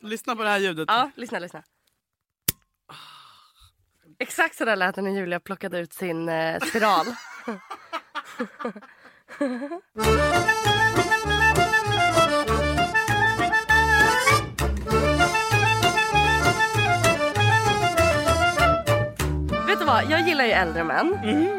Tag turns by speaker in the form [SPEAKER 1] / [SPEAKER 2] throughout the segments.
[SPEAKER 1] Lyssna på det här ljudet.
[SPEAKER 2] Ja, lyssna, lyssna. Exakt så där lät det när Julia plockade ut sin eh, spiral. Vet du vad, jag gillar ju äldre män,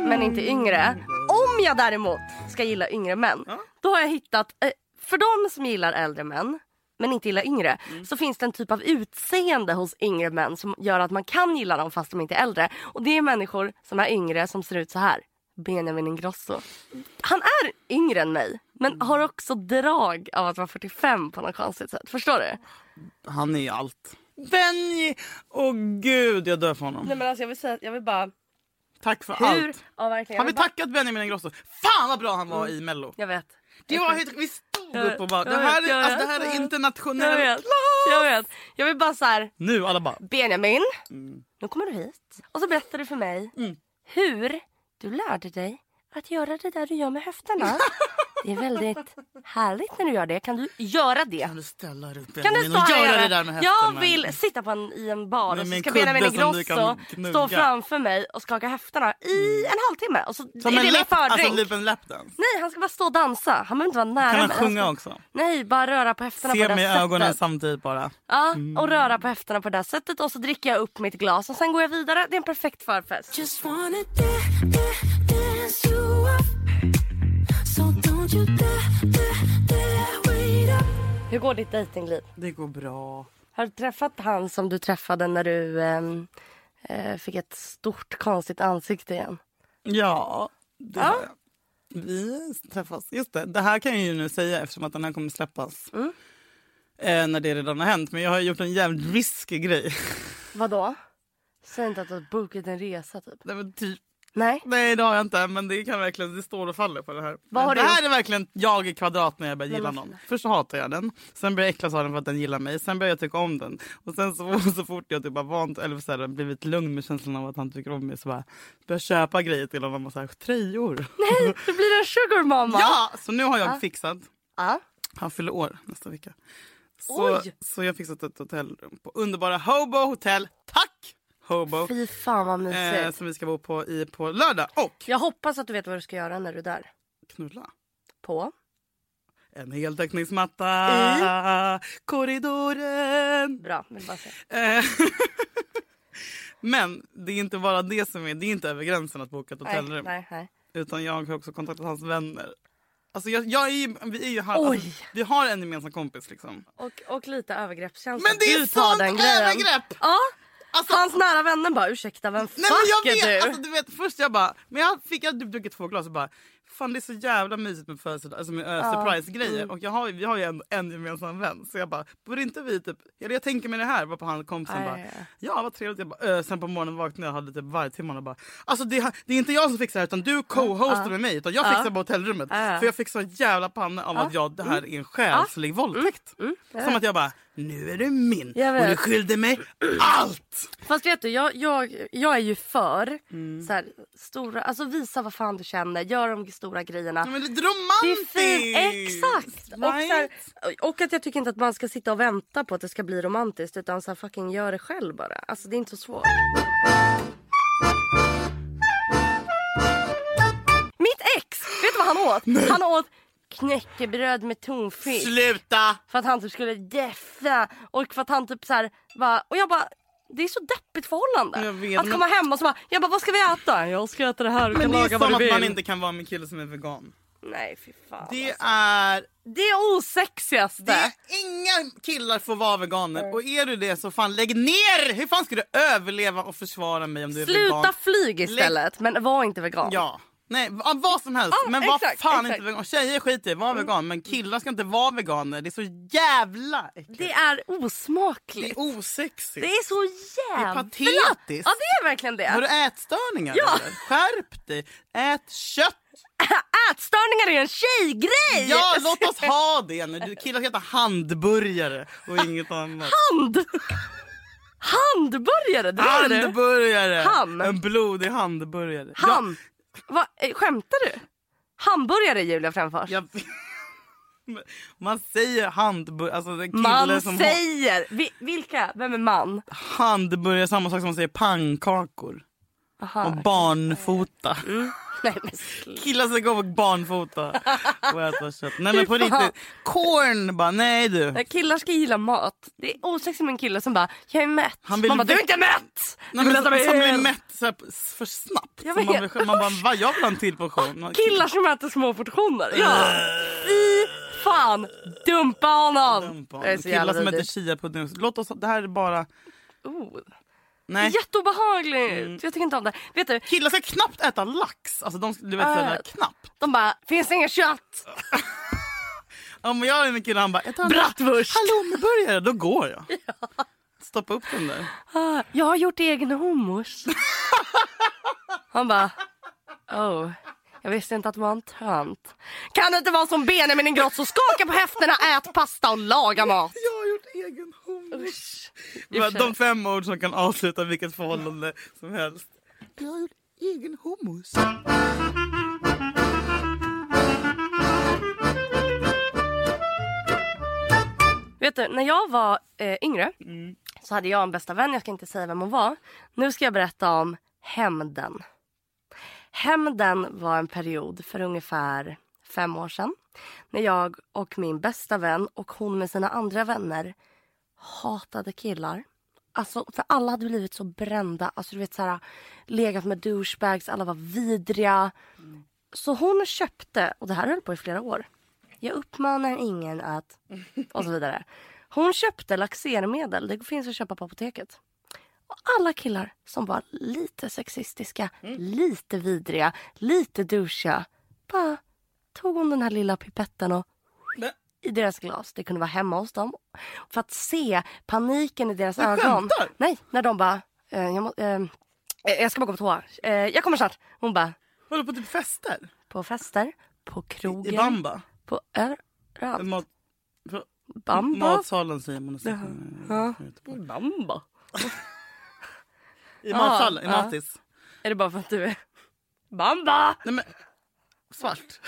[SPEAKER 2] men inte yngre. Om jag däremot ska gilla yngre män, då har jag hittat... eh, För de som gillar äldre män, men inte gillar yngre, så finns det en typ av utseende hos yngre män som gör att man kan gilla dem fast de inte är äldre. Och det är människor som är yngre som ser ut så här. Benjamin Ingrosso. Han är yngre än mig, men har också drag av att vara 45 på något konstigt sätt. Förstår du?
[SPEAKER 1] Han är ju allt. Benji! Åh gud, jag dör för honom.
[SPEAKER 2] Nej men alltså jag vill säga, jag vill bara...
[SPEAKER 1] Tack för
[SPEAKER 2] Hur?
[SPEAKER 1] allt. Har
[SPEAKER 2] Ja verkligen.
[SPEAKER 1] vi
[SPEAKER 2] Jag vill bara-
[SPEAKER 1] tackat Benjamin Ingrosso? Fan vad bra han var i Mello.
[SPEAKER 2] Jag vet.
[SPEAKER 1] Det var helt, vi stod
[SPEAKER 2] Jag vet,
[SPEAKER 1] upp och bara,
[SPEAKER 2] jag
[SPEAKER 1] det här
[SPEAKER 2] vet,
[SPEAKER 1] är,
[SPEAKER 2] jag
[SPEAKER 1] alltså, det här
[SPEAKER 2] vet, jag
[SPEAKER 1] är
[SPEAKER 2] vet.
[SPEAKER 1] internationell...
[SPEAKER 2] Jag vet. Jag vet. Jag vill bara så här.
[SPEAKER 1] Nu alla bara,
[SPEAKER 2] Benjamin,
[SPEAKER 1] Mm.
[SPEAKER 2] nu kommer du hit och så berättar du för mig hur du lärde dig att göra det där du gör med höfterna. Det är väldigt härligt när du gör det. Kan du göra det?
[SPEAKER 1] kan du ställa dig upp
[SPEAKER 2] Kan du
[SPEAKER 1] Benjamin
[SPEAKER 2] stå
[SPEAKER 1] och
[SPEAKER 2] här och
[SPEAKER 1] göra
[SPEAKER 2] göra
[SPEAKER 1] det där med höften?
[SPEAKER 2] Jag
[SPEAKER 1] man?
[SPEAKER 2] vill sitta på en, i en bar
[SPEAKER 1] Med- med
[SPEAKER 2] och så
[SPEAKER 1] en
[SPEAKER 2] ska
[SPEAKER 1] kudde
[SPEAKER 2] Benjamin
[SPEAKER 1] som du
[SPEAKER 2] Ingrosso
[SPEAKER 1] kan knugga. Mm.
[SPEAKER 2] stå framför mig och skaka höfterna i en halvtimme. Och så
[SPEAKER 1] Som
[SPEAKER 2] är
[SPEAKER 1] en
[SPEAKER 2] det min
[SPEAKER 1] lap, alltså
[SPEAKER 2] fördrink.
[SPEAKER 1] typ en lapdance.
[SPEAKER 2] Nej, han ska bara stå och dansa. Han behöver inte vara nära
[SPEAKER 1] Kan han
[SPEAKER 2] mig.
[SPEAKER 1] sjunga
[SPEAKER 2] ska...
[SPEAKER 1] också?
[SPEAKER 2] Nej, bara röra på höfterna på
[SPEAKER 1] Se
[SPEAKER 2] det
[SPEAKER 1] mig i
[SPEAKER 2] här
[SPEAKER 1] ögonen
[SPEAKER 2] sättet.
[SPEAKER 1] samtidigt bara.
[SPEAKER 2] Ja, och röra på höfterna på det här sättet och så dricker jag upp mitt glas och sen går jag vidare. Det är en perfekt förfest.
[SPEAKER 3] Just wanna da- da- dance you up. So don't you dare, dare, dare wait up.
[SPEAKER 2] Hur går ditt dejtingliv?
[SPEAKER 1] Det går bra.
[SPEAKER 2] Har du träffat han som du träffade när du ehm, eh, fick ett stort konstigt ansikte igen?
[SPEAKER 1] Ja, det har jag. Vi träffas. Just det, det här kan jag ju nu säga eftersom att den här kommer släppas. Eh, när det redan har hänt. Men jag har gjort en jävligt riskig grej.
[SPEAKER 2] Vadå? Säg inte att du har bokat en resa typ.
[SPEAKER 1] Nej, men typ.
[SPEAKER 2] Nej.
[SPEAKER 1] Nej det har jag inte men det kan verkligen, det står och faller på det här.
[SPEAKER 2] Vad har
[SPEAKER 1] det
[SPEAKER 2] du
[SPEAKER 1] här är verkligen jag i kvadrat när jag börjar gilla
[SPEAKER 2] vad
[SPEAKER 1] någon. Först så hatar jag den, sen börjar jag äcklas av den för att den gillar mig, sen börjar jag tycka om den. Och sen så, så fort jag typ har vant eller så här, blivit lugn med känslan av att han tycker om mig så bara börjar jag köpa grejer till honom, och så här, tröjor.
[SPEAKER 2] Nej, du blir en sugar mama.
[SPEAKER 1] Ja! Så nu har jag fixat.
[SPEAKER 2] Ja.
[SPEAKER 1] Han fyller år nästa vecka. Så,
[SPEAKER 2] Oj!
[SPEAKER 1] så jag har fixat ett hotellrum på underbara Hobo Hotel. Tack! Hobo.
[SPEAKER 2] Fy fan vad mysigt.
[SPEAKER 1] Eh, som vi ska bo på, i, på lördag. Och
[SPEAKER 2] Jag hoppas att du vet vad du ska göra när du är där.
[SPEAKER 1] knulla.
[SPEAKER 2] På?
[SPEAKER 1] En heltäckningsmatta. Korridoren.
[SPEAKER 2] Bra, vill bara säga.
[SPEAKER 1] Eh, Men det är inte bara det som är, det är inte över gränsen att boka ett
[SPEAKER 2] Nej,
[SPEAKER 1] hotellrum.
[SPEAKER 2] nej, nej.
[SPEAKER 1] Utan jag har också kontaktat hans vänner. Alltså jag, jag är ju, vi är ju här,
[SPEAKER 2] Oj.
[SPEAKER 1] alltså, vi har en gemensam kompis liksom.
[SPEAKER 2] Och, och lite övergreppskänsla.
[SPEAKER 1] Men det är
[SPEAKER 2] Alltså, Du tar
[SPEAKER 1] sånt
[SPEAKER 2] den grejen.
[SPEAKER 1] övergrepp!
[SPEAKER 2] Ja.
[SPEAKER 1] Alltså-
[SPEAKER 2] Hans nära vänner bara ursäkta vem fuck
[SPEAKER 1] Nej, men jag
[SPEAKER 2] är
[SPEAKER 1] vet,
[SPEAKER 2] du?
[SPEAKER 1] alltså, du vet, först jag bara, men jag fick jag hade typ druckit två glas och bara, fan det är så jävla mysigt med födelsedag, alltså med uh, surprise-grejer
[SPEAKER 2] Mm.
[SPEAKER 1] och jag har, ju- vi har ju en, en gemensam vän så jag bara, borde inte vi typ, eller jag tänker mig det här, var på han kompisen
[SPEAKER 2] Ja,
[SPEAKER 1] bara,
[SPEAKER 2] ja, ja.
[SPEAKER 1] ja vad trevligt, jag bara, "Eh", sen på morgonen vaknade jag och hade typ vargtimmarna och bara, alltså det, här- det är inte jag som fixar det här utan du co-hostar med mig utan jag fixar på hotellrummet
[SPEAKER 2] Mm. ja. Mm.
[SPEAKER 1] för jag fick sån jävla panna av att jag, det här är en själslig våldtäkt. Som att jag bara, nu är du min
[SPEAKER 2] Jag
[SPEAKER 1] och du
[SPEAKER 2] vet.
[SPEAKER 1] skyllde mig allt!
[SPEAKER 2] Fast vet du, jag, jag, jag är ju för
[SPEAKER 1] Mm.
[SPEAKER 2] så här, stora, alltså visa vad fan du känner, gör de stora grejerna.
[SPEAKER 1] Ja, men lite
[SPEAKER 2] Det är
[SPEAKER 1] romantiskt!
[SPEAKER 2] fint, exakt! Och, så här, och att jag tycker inte att man ska sitta och vänta på att det ska bli romantiskt utan så här, fucking gör det själv bara. Alltså det är inte så svårt. Mitt ex, vet du vad han åt? Han åt knäckebröd med tonfisk.
[SPEAKER 1] Sluta!
[SPEAKER 2] För att han typ skulle jeffa och för att han typ så här bara, och jag bara det är så deppigt förhållande.
[SPEAKER 1] Jag vet,
[SPEAKER 2] att
[SPEAKER 1] men-
[SPEAKER 2] komma hem och så bara, jag bara vad ska vi äta? Jag ska äta det här, du
[SPEAKER 1] Men
[SPEAKER 2] kan
[SPEAKER 1] det är
[SPEAKER 2] laga
[SPEAKER 1] som
[SPEAKER 2] vad
[SPEAKER 1] att
[SPEAKER 2] du vill.
[SPEAKER 1] man inte kan vara med en kille som är vegan.
[SPEAKER 2] Nej fy fan. alltså. Det,
[SPEAKER 1] Det är...
[SPEAKER 2] det är osexigaste.
[SPEAKER 1] Det är inga killar får vara veganer. Och är du det så fan lägg ner! Hur fan ska du överleva och försvara mig om du är vegan?
[SPEAKER 2] Sluta flyg istället men var inte vegan.
[SPEAKER 1] Ja. Nej, v- vad som helst.
[SPEAKER 2] Ja,
[SPEAKER 1] men var
[SPEAKER 2] exakt,
[SPEAKER 1] fan
[SPEAKER 2] exakt. Mm.
[SPEAKER 1] inte vegan. Tjejer skiter i var vegan. Men killar ska inte vara veganer. Det är så jävla äckligt.
[SPEAKER 2] Det är
[SPEAKER 1] Det är
[SPEAKER 2] osmakligt.
[SPEAKER 1] osexigt.
[SPEAKER 2] Det är så jävla...
[SPEAKER 1] Det är patetiskt.
[SPEAKER 2] Ja det är verkligen det.
[SPEAKER 1] Har du ätstörningar
[SPEAKER 2] Ja.
[SPEAKER 1] eller? Skärp dig! Ät kött!
[SPEAKER 2] Ätstörningar är en tjejgrej!
[SPEAKER 1] Ja, låt oss ha det nu. Du killar ska heta handburgare och inget annat.
[SPEAKER 2] Hand! Handburgare, det var det.
[SPEAKER 1] Handburgare!
[SPEAKER 2] Ham.
[SPEAKER 1] En blodig handburgare.
[SPEAKER 2] Ham... Va, eh, skämtar du? Hamburgare Julia Fränfors.
[SPEAKER 1] Jag, jag, Man säger handburgare, alltså en kille
[SPEAKER 2] Man
[SPEAKER 1] som har-
[SPEAKER 2] säger! Vi, vilka? Vem är man?
[SPEAKER 1] handburgare är samma sak som man säger pannkakor. Och
[SPEAKER 2] Ah.
[SPEAKER 1] barnfota.
[SPEAKER 2] Mm. Nej, men sluta.
[SPEAKER 1] Killar ska gå och barnfota och äta kött. Nej men på riktigt. Corn bara, nej du.
[SPEAKER 2] Killar ska gilla mat. Det är osexigt med en kille som bara “jag är mätt”.
[SPEAKER 1] Han vill
[SPEAKER 2] Man bara “du är
[SPEAKER 1] väck-
[SPEAKER 2] inte mätt!”
[SPEAKER 1] Nej,
[SPEAKER 2] Du eh,
[SPEAKER 1] men,
[SPEAKER 2] vill
[SPEAKER 1] som
[SPEAKER 2] äta mig
[SPEAKER 1] blir
[SPEAKER 2] hel.
[SPEAKER 1] mätt så här, för snabbt.
[SPEAKER 2] Jag
[SPEAKER 1] Så man,
[SPEAKER 2] vet.
[SPEAKER 1] blir- man bara, vad jag vill ha en till portion. Man-
[SPEAKER 2] Killar som äter små portioner. Ja.
[SPEAKER 1] Äh.
[SPEAKER 2] Fy fan! Dumpa honom!
[SPEAKER 1] Dumpa.
[SPEAKER 2] Det är så jävla
[SPEAKER 1] Killar som äter
[SPEAKER 2] vidrigt.
[SPEAKER 1] chiapudding. Låt oss, det här är bara...
[SPEAKER 2] Oh.
[SPEAKER 1] Nej. Mm.
[SPEAKER 2] Jätteobehagligt! Jag tycker inte om det. Vet du,
[SPEAKER 1] Killar ska knappt äta lax. Alltså de, du vet
[SPEAKER 2] Ah.
[SPEAKER 1] sådär knappt.
[SPEAKER 2] de bara “finns det inget kött?”
[SPEAKER 1] Om jag är en kille han bara, jag tar en
[SPEAKER 2] Bratwurst!
[SPEAKER 1] halloumiburgare, då går jag. Stoppa upp den där.
[SPEAKER 2] Ah, “Jag har gjort egen hummus”. Han bara “oh, jag visste inte att du var en tönt”. Kan det inte vara som Benjamin Ingrosso? Skaka på höfterna, ät pasta och laga mat!
[SPEAKER 1] Jag har gjort egen hummus.
[SPEAKER 2] Usch.
[SPEAKER 1] Bara De fem ord som kan avsluta vilket förhållande som helst. Jag har gjort egen hummus.
[SPEAKER 2] Vet du, när jag var eh, yngre så hade jag en bästa vän. Jag ska inte säga vem hon var. Nu ska jag berätta om hämnden. Hämnden var en period för ungefär fem år sedan när jag och min bästa vän och hon med sina andra vänner hatade killar. Alltså, för alla hade blivit så brända. Alltså, du vet, så här, legat med douchebags, alla var vidriga. Så hon köpte, och det här höll på i flera år. Jag uppmanar ingen att... Och så vidare. Hon köpte laxermedel. Det finns att köpa på apoteket. Och alla killar som var lite sexistiska, lite vidriga, lite douchiga. Bara tog hon den här lilla pipetten och
[SPEAKER 1] Nej.
[SPEAKER 2] i deras glas. Det kunde vara hemma hos dem. För att se paniken i deras
[SPEAKER 1] Du
[SPEAKER 2] ögon.
[SPEAKER 1] skämtar?
[SPEAKER 2] Nej, när de bara... Eh, jag, må, eh, eh, jag ska bara gå på toa. Eh, jag kommer snart. Hon bara...
[SPEAKER 1] Var du på typ fester?
[SPEAKER 2] På fester, på
[SPEAKER 1] I
[SPEAKER 2] krogen,
[SPEAKER 1] bamba?
[SPEAKER 2] på överallt.
[SPEAKER 1] Mat,
[SPEAKER 2] Bamba.
[SPEAKER 1] matsalen säger man. Mm.
[SPEAKER 2] Jaha. Ja. Bamba?
[SPEAKER 1] I matsalen, i
[SPEAKER 2] Ja.
[SPEAKER 1] matis.
[SPEAKER 2] Är det bara för att du är... Bamba!
[SPEAKER 1] Nej men, svart.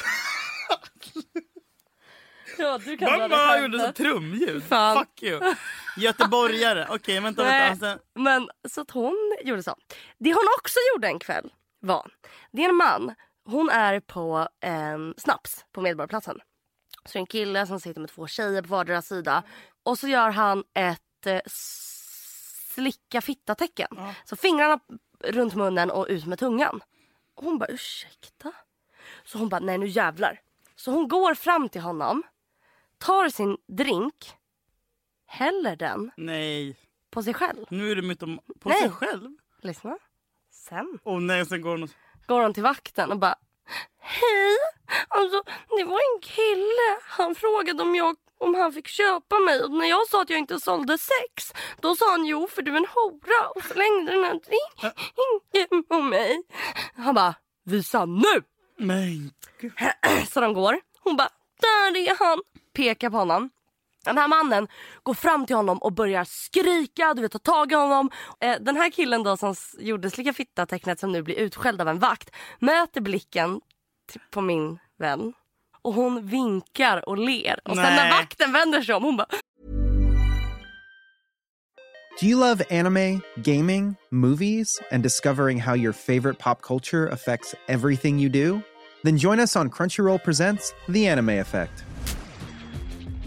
[SPEAKER 2] Ja, du kan dra
[SPEAKER 1] Mamma
[SPEAKER 2] det
[SPEAKER 1] gjorde så
[SPEAKER 2] skämtet.
[SPEAKER 1] trumljud.
[SPEAKER 2] Fan.
[SPEAKER 1] Fuck you. Göteborgare. Okej, vänta.
[SPEAKER 2] Nej.
[SPEAKER 1] vänta. Alltså,
[SPEAKER 2] Men så att hon gjorde så. Det hon också gjorde en kväll var... Det är en man. Hon är på en snaps på Medborgarplatsen. Så det är en kille som sitter med två tjejer på vardera sida. Och så gör han ett eh, slicka fitta-tecken. Så fingrarna runt munnen och ut med tungan. Och hon bara ursäkta? Så hon bara nej nu jävlar. Så hon går fram till honom, tar sin drink, häller den
[SPEAKER 1] nej,
[SPEAKER 2] på sig själv.
[SPEAKER 1] nu är det mitt om, på
[SPEAKER 2] Nej.
[SPEAKER 1] sig själv.
[SPEAKER 2] Lyssna. Sen
[SPEAKER 1] Och nej, sen går hon och...
[SPEAKER 2] går hon till vakten och bara Hej! Alltså, det var en kille. Han frågade om, jag, om han fick köpa mig. Och när jag sa att jag inte sålde sex, då sa han jo för du är en hora och slängde den här drinken på mig. Han bara, visa nu!
[SPEAKER 1] Men gud.
[SPEAKER 2] Så de går. Hon bara, där är han. Pekar på honom. Den här mannen går fram till honom och börjar skrika, du vet, ta tag i honom. Eh, den här killen då som s- gjorde slicka fitta-tecknet som nu blir utskälld av en vakt möter blicken t- på min vän. Och hon vinkar och ler. Och sen när
[SPEAKER 1] Nej.
[SPEAKER 2] vakten vänder sig om, hon bara
[SPEAKER 4] Do you love anime, gaming, movies, and discovering how your favorite pop culture affects everything you do? Then join us on Crunchyroll Presents The Anime Effect.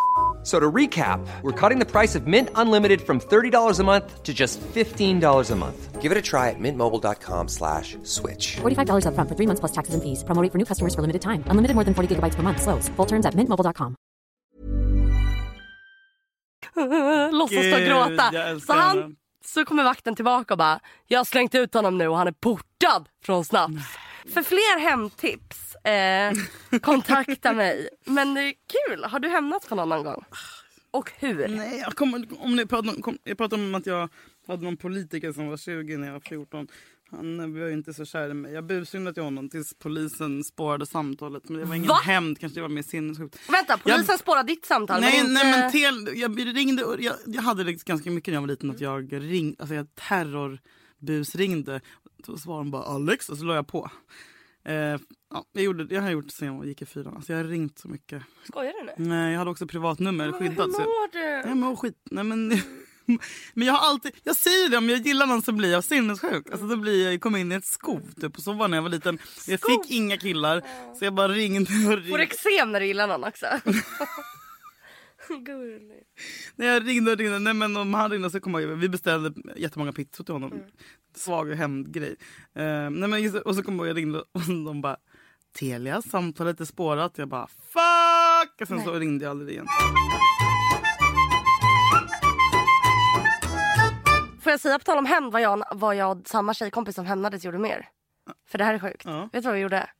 [SPEAKER 5] a-" So to recap, we're cutting the price of Mint Unlimited from $30 a month to just $15 a month. Give it a try at mintmobile.com slash switch.
[SPEAKER 6] $45 upfront for three months plus taxes and fees. Promo rate for new customers for limited time. Unlimited more than 40 gigabytes per month. Slows. Full terms at mintmobile.com.
[SPEAKER 2] Låtsas stå och
[SPEAKER 1] Gud, jag
[SPEAKER 2] gråta. Så
[SPEAKER 1] älskar
[SPEAKER 2] han,
[SPEAKER 1] honom.
[SPEAKER 2] så kommer vakten tillbaka och bara, jag har slängt ut honom nu och han är portad från snaps. För fler hemtips, eh, kontakta mig. Men det är kul, har du hämnat på någon någon gång? Och hur?
[SPEAKER 1] Nej, jag, kommer, om ni pratar, om- kom, jag pratade om att jag hade någon politiker som var 20 när jag var 14. Han eh, var ju inte så kär i mig. Jag busringde till honom tills polisen spårade samtalet. Men det var ingen
[SPEAKER 2] Va?
[SPEAKER 1] hämnd, kanske det var mer sinnessjukt.
[SPEAKER 2] Vänta, polisen spårar ditt samtal
[SPEAKER 1] Nej,
[SPEAKER 2] men inte...
[SPEAKER 1] nej men tel, jag ringde och- jag, jag hade liksom ganska mycket när jag var liten att jag ringde, alltså jag terrorbusringde. Så svarade hon bara Alex och så la jag på. Eh, ja, jag, gjorde, jag har gjort det sen jag gick i fyran. Alltså jag har ringt så mycket.
[SPEAKER 2] Skojar du nu?
[SPEAKER 1] Nej, jag hade också privatnummer skyddat. Så
[SPEAKER 2] Hur
[SPEAKER 1] jag,
[SPEAKER 2] mår du?
[SPEAKER 1] jag mår skit. Nej, men, men jag har alltid, jag säger det om jag gillar någon så blir jag sinnessjuk. Alltså då blir jag, kom in i ett skov typ och så var det när jag var liten. Jag fick inga killar så jag bara ringde och
[SPEAKER 2] Får
[SPEAKER 1] ringde.
[SPEAKER 2] du eksem när du gillar någon också? Gulligt.
[SPEAKER 1] När jag ringde och ringde, nej men om han ringde så kom jag ihåg, vi beställde jättemånga pizzor till
[SPEAKER 2] Mm.
[SPEAKER 1] honom. Svag hämndgrej. Uh, nej men just, och så kom jag ihåg, jag ringde och de bara Telia, samtalet är spårat. Jag bara fuck! Och sen så ringde jag aldrig igen.
[SPEAKER 2] Får jag säga på tal om hämnd vad jag, vad jag samma tjejkompis som hämnades gjorde mer? För det här är sjukt.
[SPEAKER 1] Ja.
[SPEAKER 2] Vet du vad vi gjorde?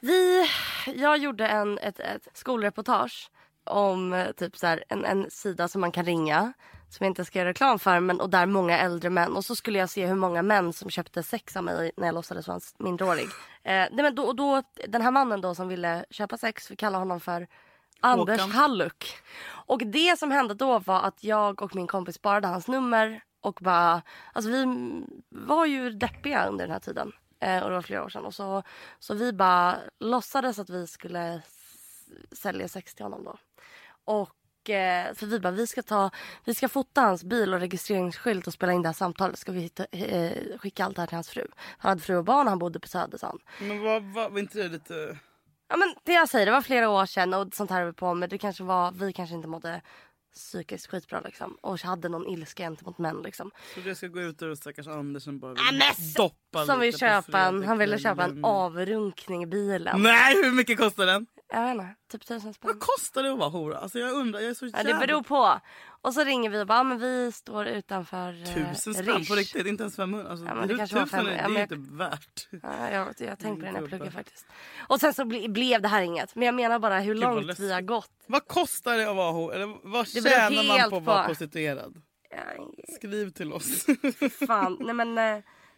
[SPEAKER 2] Vi, jag gjorde en, ett, ett skolreportage om eh, typ så här, en, en sida som man kan ringa som jag inte ska göra reklam för men, och där många äldre män och så skulle jag se hur många män som köpte sex av mig när jag låtsades vara en minderårig. Eh, nej men då, och då, den här mannen då som ville köpa sex, vi kallar honom för Anders
[SPEAKER 1] Håkan.
[SPEAKER 2] Halluck. Och det som hände då var att jag och min kompis sparade hans nummer och bara, alltså vi var ju deppiga under den här tiden. Eh, och det var flera år sedan. Och så, så vi bara låtsades att vi skulle s- sälja sex till honom då. Och eh, så vi bara, vi ska, ta, vi ska fota hans bil och registreringsskylt och spela in det här samtalet. Ska vi hitta, eh, skicka allt det här till hans fru. Han hade fru och barn, han bodde på Söder sa han.
[SPEAKER 1] Men vad, vad, var inte det lite...
[SPEAKER 2] Ja men det jag säger, det var flera år sedan och sånt här höll vi på med. Det kanske var, vi kanske inte mådde psykiskt skitbra liksom. Och hade någon ilska gentemot män liksom.
[SPEAKER 1] Så jag ska gå ut och stackars Andersen bara
[SPEAKER 2] Ah, men s-
[SPEAKER 1] doppa
[SPEAKER 2] Som vill
[SPEAKER 1] lite på
[SPEAKER 2] köpa en, han ville
[SPEAKER 1] fredagskvällen.
[SPEAKER 2] köpa en avrunkning i bilen.
[SPEAKER 1] Nej, hur mycket kostar den?
[SPEAKER 2] Jag vet inte, typ tusen spänn.
[SPEAKER 1] Vad kostar det att vara hora? Alltså jag undrar, jag är så
[SPEAKER 2] Ja,
[SPEAKER 1] jävla...
[SPEAKER 2] det beror på. Och så ringer vi och bara, ah, men vi står utanför eh,
[SPEAKER 1] Tusen spänn
[SPEAKER 2] Rish.
[SPEAKER 1] på riktigt, inte ens 500. Alltså,
[SPEAKER 2] Ja, men det
[SPEAKER 1] det
[SPEAKER 2] kanske var
[SPEAKER 1] tusen är,
[SPEAKER 2] 500. Ja,
[SPEAKER 1] det är
[SPEAKER 2] men
[SPEAKER 1] inte värt.
[SPEAKER 2] Ja, jag, jag tänkte på det när jag
[SPEAKER 1] gubbe.
[SPEAKER 2] pluggade faktiskt. Och sen så ble, blev det här inget. Men jag menar bara hur
[SPEAKER 1] vad
[SPEAKER 2] långt vi
[SPEAKER 1] läskigt.
[SPEAKER 2] har gått.
[SPEAKER 1] Vad kostar det att vara hora? Eller vad
[SPEAKER 2] Det beror
[SPEAKER 1] tjänar man
[SPEAKER 2] helt
[SPEAKER 1] på att vara
[SPEAKER 2] på.
[SPEAKER 1] prostituerad?
[SPEAKER 2] Ja,
[SPEAKER 1] Skriv till oss.
[SPEAKER 2] Fan, nej men. eh,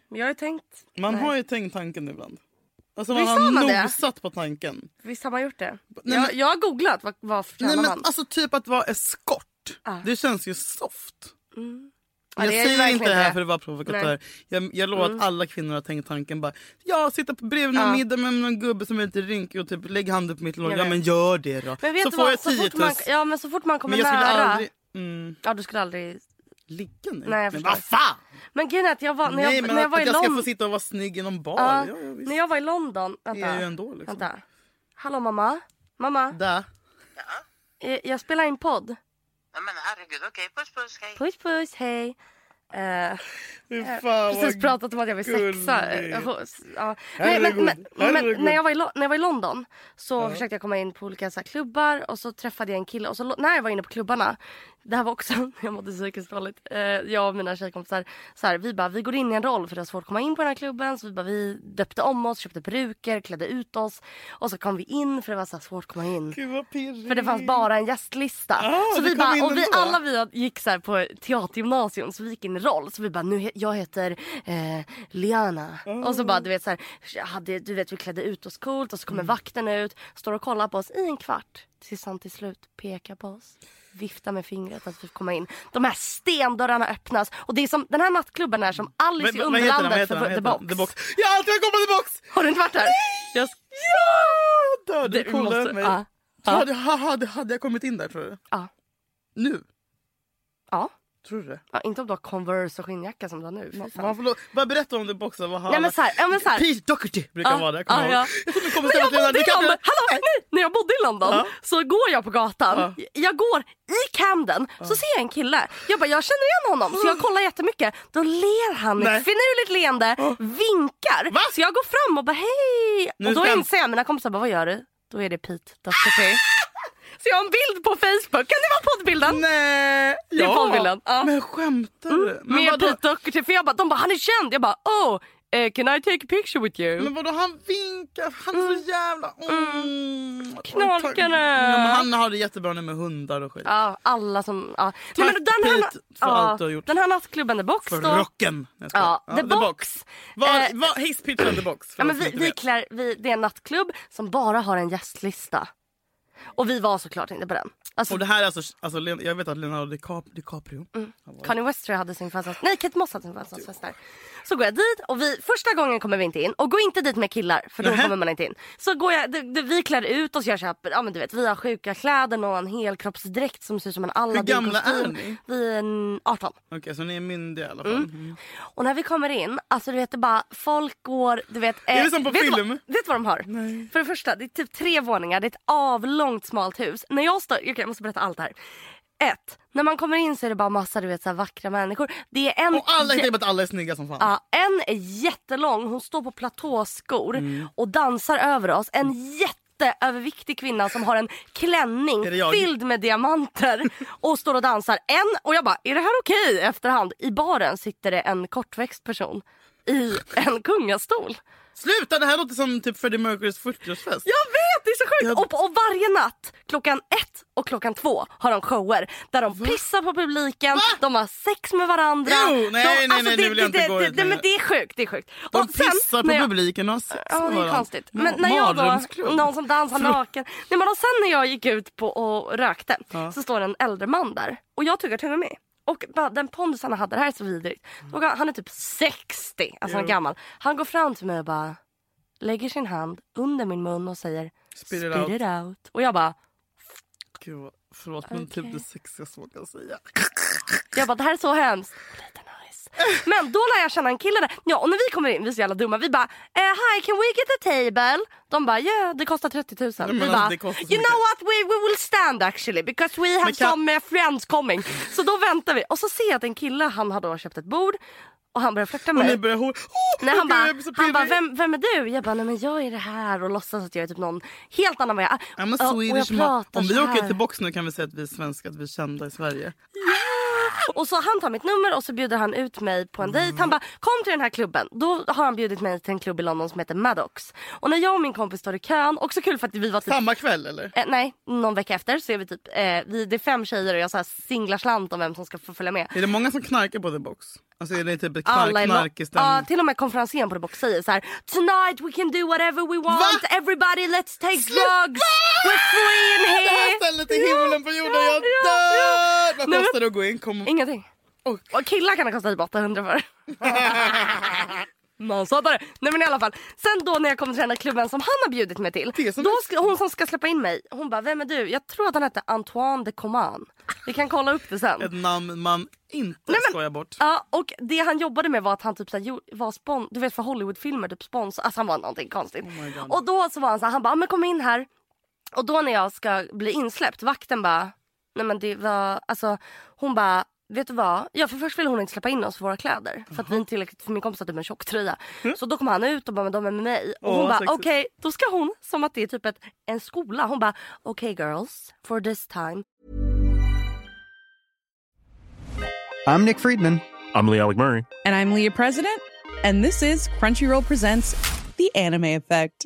[SPEAKER 2] Men jag har ju tänkt.
[SPEAKER 1] man
[SPEAKER 2] Nej.
[SPEAKER 1] har ju tänkt tanken ibland. Alltså man
[SPEAKER 2] Visst
[SPEAKER 1] har
[SPEAKER 2] har man det?
[SPEAKER 1] nosat på tanken.
[SPEAKER 2] Visst har man gjort det?
[SPEAKER 1] Nej,
[SPEAKER 2] jag,
[SPEAKER 1] men-
[SPEAKER 2] jag har googlat vad, vad tjänar
[SPEAKER 1] Nej, men,
[SPEAKER 2] man. Ah.
[SPEAKER 1] alltså typ att vara eskort. Det känns ju soft.
[SPEAKER 2] Mm. Ja, det är
[SPEAKER 1] jag säger
[SPEAKER 2] verkligen
[SPEAKER 1] inte det här
[SPEAKER 2] det.
[SPEAKER 1] för att vara
[SPEAKER 2] Nej. Mm.
[SPEAKER 1] provokatör. Jag, jag lovar att alla kvinnor har tänkt tanken bara jag sitter på bredvid någon
[SPEAKER 2] Ja.
[SPEAKER 1] middag med någon gubbe som är lite rynkig och typ lägg handen på mitt lår.
[SPEAKER 2] Ah. Jag
[SPEAKER 1] Ja
[SPEAKER 2] vet.
[SPEAKER 1] men gör det då.
[SPEAKER 2] Men vet
[SPEAKER 1] så
[SPEAKER 2] du
[SPEAKER 1] får
[SPEAKER 2] vad,
[SPEAKER 1] jag
[SPEAKER 2] så
[SPEAKER 1] 10
[SPEAKER 2] fort
[SPEAKER 1] tus.
[SPEAKER 2] man, ja, men så fort man kommer
[SPEAKER 1] Men jag skulle
[SPEAKER 2] nära.
[SPEAKER 1] aldrig... Mm,
[SPEAKER 2] Ja du skulle aldrig.
[SPEAKER 1] ligga ner.
[SPEAKER 2] Nej, jag
[SPEAKER 1] men
[SPEAKER 2] förstår.
[SPEAKER 1] vad fan!
[SPEAKER 2] Men grejen är att jag var, när
[SPEAKER 1] Nej
[SPEAKER 2] jag,
[SPEAKER 1] men
[SPEAKER 2] när jag
[SPEAKER 1] att,
[SPEAKER 2] var i
[SPEAKER 1] att jag ska
[SPEAKER 2] London.
[SPEAKER 1] få sitta och vara snygg i någon bar.
[SPEAKER 2] Ja,
[SPEAKER 1] Ja, ja, visst.
[SPEAKER 2] när jag var i London. Vänta.
[SPEAKER 1] Det är ju ändå liksom.
[SPEAKER 2] vänta. Hallå mamma. Mamma,
[SPEAKER 1] Där.
[SPEAKER 2] eh, jag spelar in podd.
[SPEAKER 7] Nej men herregud, okej puss puss, hej.
[SPEAKER 2] Puss puss, hej. Eh,
[SPEAKER 1] Fy fan vad
[SPEAKER 2] precis pratat om att jag vill sexa.
[SPEAKER 1] gulligt.
[SPEAKER 2] Eh, hos- Ja. Men, men,
[SPEAKER 1] Herregud,
[SPEAKER 2] men,
[SPEAKER 1] herregud.
[SPEAKER 2] men när, jag var i, Lo- när jag var i London så försökte jag komma in på olika så här, klubbar och så träffade jag en kille och så lo- när jag var inne på klubbarna, det här var också när jag mådde psykiskt dåligt, eh, jag och mina tjejkompisar, så här, vi bara vi går in i en roll för det var svårt att komma in på den här klubben så vi bara vi döpte om oss, köpte peruker, klädde ut oss och så kom vi in för det var så här, svårt att komma in.
[SPEAKER 1] Gud vad pirrigt.
[SPEAKER 2] För det fanns bara en gästlista.
[SPEAKER 1] Ah,
[SPEAKER 2] så
[SPEAKER 1] vi
[SPEAKER 2] vi
[SPEAKER 1] kom in
[SPEAKER 2] bara, och vi,
[SPEAKER 1] ändå.
[SPEAKER 2] alla vi gick så här på teatergymnasium så vi gick in i roll. Så vi bara, nu, he- jag heter eh, Liana. Och så bara, du vet, så här, hade, du vet vi klädde ut oss coolt och så
[SPEAKER 1] Mm.
[SPEAKER 2] kommer vakten ut, står och kollar på oss i en kvart. Tills han till slut pekar på oss. Viftar med fingret att vi får komma in. De här stendörrarna öppnas. Och det är som, den här nattklubben är som Alice i
[SPEAKER 1] Men- vad heter den? Vad
[SPEAKER 2] Underlandet
[SPEAKER 1] heter
[SPEAKER 2] för
[SPEAKER 1] den?
[SPEAKER 2] The Box.
[SPEAKER 1] The Box. Jag har alltid velat komma till The Box!
[SPEAKER 2] Har du inte varit där? Jag
[SPEAKER 1] Ja! Dör, du är
[SPEAKER 2] vi
[SPEAKER 1] coolare
[SPEAKER 2] måste-
[SPEAKER 1] än mig.
[SPEAKER 2] ja.
[SPEAKER 1] Så hade, ha, hade, hade jag kommit in där tror du?
[SPEAKER 2] Ja.
[SPEAKER 1] Nu?
[SPEAKER 2] Ja.
[SPEAKER 1] Tror du det?
[SPEAKER 2] ja. Inte om du har Converse och skinnjacka som du har nu. Fy fan.
[SPEAKER 1] Man får lov, bara berätta om det boxen. Vad har
[SPEAKER 2] Nej men såhär, ja men såhär.
[SPEAKER 1] Pete Doherty brukar
[SPEAKER 2] Ja,
[SPEAKER 1] vara där.
[SPEAKER 2] ja,
[SPEAKER 1] Kommer
[SPEAKER 2] ja.
[SPEAKER 1] ja, ja. kommer
[SPEAKER 2] När jag
[SPEAKER 1] ställa till den
[SPEAKER 2] bodde
[SPEAKER 1] här-
[SPEAKER 2] i
[SPEAKER 1] Du kan-
[SPEAKER 2] Camden, hallå, nej, när jag bodde i London så går jag på gatan, jag går i Camden så ser jag en kille. Jag bara jag känner igen honom så jag kollar jättemycket. Då ler han med
[SPEAKER 1] Nej.
[SPEAKER 2] ett finurligt leende, vinkar.
[SPEAKER 1] Va?
[SPEAKER 2] Så jag går fram och bara hej.
[SPEAKER 1] Nu
[SPEAKER 2] och då
[SPEAKER 1] ska-
[SPEAKER 2] inser jag, mina kompisar bara vad gör du? Då är det Pete Doherty. så jag har en bild på Facebook, kan det vara poddbilden?
[SPEAKER 1] Nej!
[SPEAKER 2] Det är poddbilden. Ja. Mm.
[SPEAKER 1] Men skämtar du? Men
[SPEAKER 2] Med
[SPEAKER 1] vadå,
[SPEAKER 2] Pete Doherty, för jag bara, de bara han är känd. Jag bara oh, eh, can I take a picture with you?
[SPEAKER 1] men vadå han vinkar, han är så jävla... Mm.
[SPEAKER 2] Knarkarna.
[SPEAKER 1] Ja, men han har det jättebra nu med hundar och skit.
[SPEAKER 2] Ja, alla som... Ja. Nej, men
[SPEAKER 1] Tack,
[SPEAKER 2] den, här,
[SPEAKER 1] Pete, för allt du har gjort.
[SPEAKER 2] den här nattklubben The Box
[SPEAKER 1] För
[SPEAKER 2] då.
[SPEAKER 1] rocken! Jag skojar.
[SPEAKER 2] Ja, the, box.
[SPEAKER 1] Var,
[SPEAKER 2] Eh,
[SPEAKER 1] var, his pitch and the box. för de
[SPEAKER 2] ja, men
[SPEAKER 1] som
[SPEAKER 2] vi,
[SPEAKER 1] inte
[SPEAKER 2] vi
[SPEAKER 1] vet.
[SPEAKER 2] klär, vi, det är en nattklubb som bara har en gästlista. Och vi var såklart inte på den. Alltså,
[SPEAKER 1] Och det här är alltså, alltså, Len- jag vet att Leonardo Dicap- DiCaprio...
[SPEAKER 2] Mm. Kanye West tror jag hade sin födelsedags... Nej, Kate Moss hade sin födelsedagsfest där. Så går jag dit och vi, första gången kommer vi inte in. Och gå inte dit med killar för då
[SPEAKER 1] Nähä.
[SPEAKER 2] kommer man inte in. Så går jag, det, det, vi klär ut oss, jag köper, ja men du vet vi har sjuka kläder, någon helkroppsdräkt som ser ut som en aladdin
[SPEAKER 1] gamla är ni?
[SPEAKER 2] Vi är en 18.
[SPEAKER 1] Okej, så ni är myndiga i alla fall. Mm.
[SPEAKER 2] Och när vi kommer in, alltså du vet det bara, folk går, du vet. eh,
[SPEAKER 1] Är det som på
[SPEAKER 2] vet Du
[SPEAKER 1] film?
[SPEAKER 2] vad, vet du vad de har? För det första, det är typ tre våningar, det är ett avlångt smalt hus. När jag står, okej, jag måste berätta allt här. Ett, när man kommer in så är det bara massa du vet, så här, vackra människor. Det är en
[SPEAKER 1] Och alla
[SPEAKER 2] jä-
[SPEAKER 1] tänker att alla är snygga som fan.
[SPEAKER 2] Ja, en är jättelång, hon står på platåskor
[SPEAKER 1] Mm.
[SPEAKER 2] och dansar över oss. En jätteöverviktig kvinna som har en klänning
[SPEAKER 1] Är det jag?
[SPEAKER 2] fylld med diamanter och står och dansar. En, och jag bara, är det här okej? Efterhand, i baren sitter det en kortväxt person i en kungastol.
[SPEAKER 1] Sluta, det här låter som typ Freddie Mercurys 40-årsfest.
[SPEAKER 2] Jag vet, det är så sjukt!
[SPEAKER 1] Jag-
[SPEAKER 2] Och, på- och varje natt klockan ett och klockan två har de shower där de pissar på publiken, de har sex med varandra.
[SPEAKER 1] Jo, nej,
[SPEAKER 2] de, alltså,
[SPEAKER 1] nej, nej, nu
[SPEAKER 2] det,
[SPEAKER 1] vill jag
[SPEAKER 2] det,
[SPEAKER 1] inte gå
[SPEAKER 2] det,
[SPEAKER 1] ut
[SPEAKER 2] det,
[SPEAKER 1] nu.
[SPEAKER 2] men Det är sjukt, det är sjukt.
[SPEAKER 1] De
[SPEAKER 2] och sen
[SPEAKER 1] pissar på
[SPEAKER 2] när jag-
[SPEAKER 1] publiken och har sex
[SPEAKER 2] Ja,
[SPEAKER 1] med
[SPEAKER 2] det är
[SPEAKER 1] varandra.
[SPEAKER 2] konstigt. Men
[SPEAKER 1] Ma-
[SPEAKER 2] när jag då,
[SPEAKER 1] mardrömsklubb.
[SPEAKER 2] någon som dansar naken. Nej, men och sen när jag gick ut på och rökte så står en äldre man där och jag tuggar tuggummi. Och bara, den pondusen han hade, det här är så vidrigt. Då går han- Han är typ 60, alltså han är gammal. Han går fram till mig och bara lägger sin hand under min mun och säger
[SPEAKER 1] Spit it
[SPEAKER 2] Spit
[SPEAKER 1] out.
[SPEAKER 2] it out. Och jag bara,
[SPEAKER 1] Gud, vad- förlåt men typ
[SPEAKER 2] Okej.
[SPEAKER 1] det sexigaste man kan säga.
[SPEAKER 2] jag bara, det här är så hemskt. Lite nice. Men då lär jag känna en kille där. Ja, och när vi kommer in, vi är så jävla dumma. Vi bara, eh, hi can we get a table? De bara, yeah det kostar 30 000. Vi
[SPEAKER 1] men
[SPEAKER 2] bara,
[SPEAKER 1] alltså, det kostar så
[SPEAKER 2] you know what
[SPEAKER 1] mycket."
[SPEAKER 2] we, we will stand actually because we have
[SPEAKER 1] kan-
[SPEAKER 2] some eh, friends coming. Så då väntar vi och så ser jag att en kille han har då köpt ett bord och han börjar flirta med
[SPEAKER 1] Och
[SPEAKER 2] mig.
[SPEAKER 1] ni börjar hår... Åh,
[SPEAKER 2] Nej, han
[SPEAKER 1] gud, jag blir så
[SPEAKER 2] bara, han bara
[SPEAKER 1] pirrig.
[SPEAKER 2] vem, vem är du? Jag bara, nej men jag är det här och låtsas att jag är typ någon helt annan vad jag är.
[SPEAKER 1] I'm a
[SPEAKER 2] Ja, och jag
[SPEAKER 1] Swedish man.
[SPEAKER 2] pratar
[SPEAKER 1] Om vi
[SPEAKER 2] så
[SPEAKER 1] åker
[SPEAKER 2] här.
[SPEAKER 1] till box nu kan vi säga att vi är svenskar, att vi är kända i Sverige.
[SPEAKER 2] Och så han tar mitt nummer och så bjuder han ut mig på en dejt. Han bara kom till den här klubben. Då har han bjudit mig till en klubb i London som heter Maddox. Och när jag och min kompis står i kön, också kul för att vi var typ
[SPEAKER 1] Samma kväll eller?
[SPEAKER 2] Eh, nej, någon vecka efter så är vi typ, eh, vi, det är fem tjejer och jag så här singlar slant om vem som ska få följa med.
[SPEAKER 1] Är det många som knarkar på The Box? Alltså är det typ ett
[SPEAKER 2] Alla
[SPEAKER 1] knark,
[SPEAKER 2] är lo-
[SPEAKER 1] knarkisten?
[SPEAKER 2] Ja, till och med konferensen på The Box säger så här: Tonight we can do whatever we want, everybody let's take drugs, we're free in
[SPEAKER 1] Det här
[SPEAKER 2] here.
[SPEAKER 1] stället är
[SPEAKER 2] Ja,
[SPEAKER 1] himlen på jorden,
[SPEAKER 2] ja,
[SPEAKER 1] jag
[SPEAKER 2] ja,
[SPEAKER 1] dör!
[SPEAKER 2] Nej,
[SPEAKER 1] Vad
[SPEAKER 2] men-
[SPEAKER 1] kostar det att gå in? Kom och...
[SPEAKER 2] Ingenting.
[SPEAKER 1] Oj.
[SPEAKER 2] Och killar kan det kosta typ 800 för. Manshatare! Nej men i alla fall. Sen då när jag kom till den här klubben som han har bjudit mig till.
[SPEAKER 1] Det som
[SPEAKER 2] Då
[SPEAKER 1] är-
[SPEAKER 2] ska, hon som ska släppa in mig, hon bara vem är du? Jag tror att han hette Antoine de Coman. Vi kan kolla upp det sen.
[SPEAKER 1] Ett namn man inte skojar bort.
[SPEAKER 2] Ja och det han jobbade med var att han typ så här, gjorde- var spon, du vet för Hollywoodfilmer typ spons, alltså han var någonting konstigt.
[SPEAKER 1] Oh
[SPEAKER 2] och då så var han så här, han bara "Ja, men kom in här. Och då när jag ska bli insläppt, vakten bara nej men det var, alltså hon bara Vet du vad? Ja, för först ville hon inte släppa in oss för våra kläder. För att vi inte tillräckligt, för min kompis hade typ en tjocktröja. Så då kom han ut och bara, men de är med mig. Och
[SPEAKER 1] Mm. Åh,
[SPEAKER 2] hon bara, okej,
[SPEAKER 1] sexigt.
[SPEAKER 2] då ska hon, som att det är typ ett, en skola. Hon bara, okej girls, for this time.
[SPEAKER 4] I'm Nick Friedman.
[SPEAKER 8] I'm Lee Alec Murray.
[SPEAKER 9] And I'm Leah President, and this is Crunchyroll Presents The Anime Effect.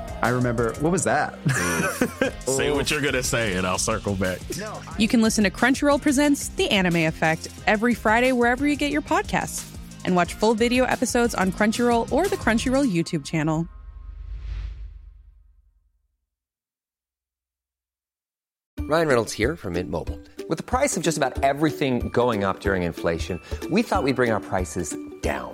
[SPEAKER 4] I remember, what was that?
[SPEAKER 8] Say what you're gonna say, and I'll circle back.
[SPEAKER 9] You can listen to Crunchyroll Presents The Anime Effect every Friday wherever you get your podcasts and watch full video episodes on Crunchyroll or the Crunchyroll YouTube channel.
[SPEAKER 5] Ryan Reynolds here from Mint Mobile. With the price of just about everything going up during inflation, we thought we'd bring our prices down.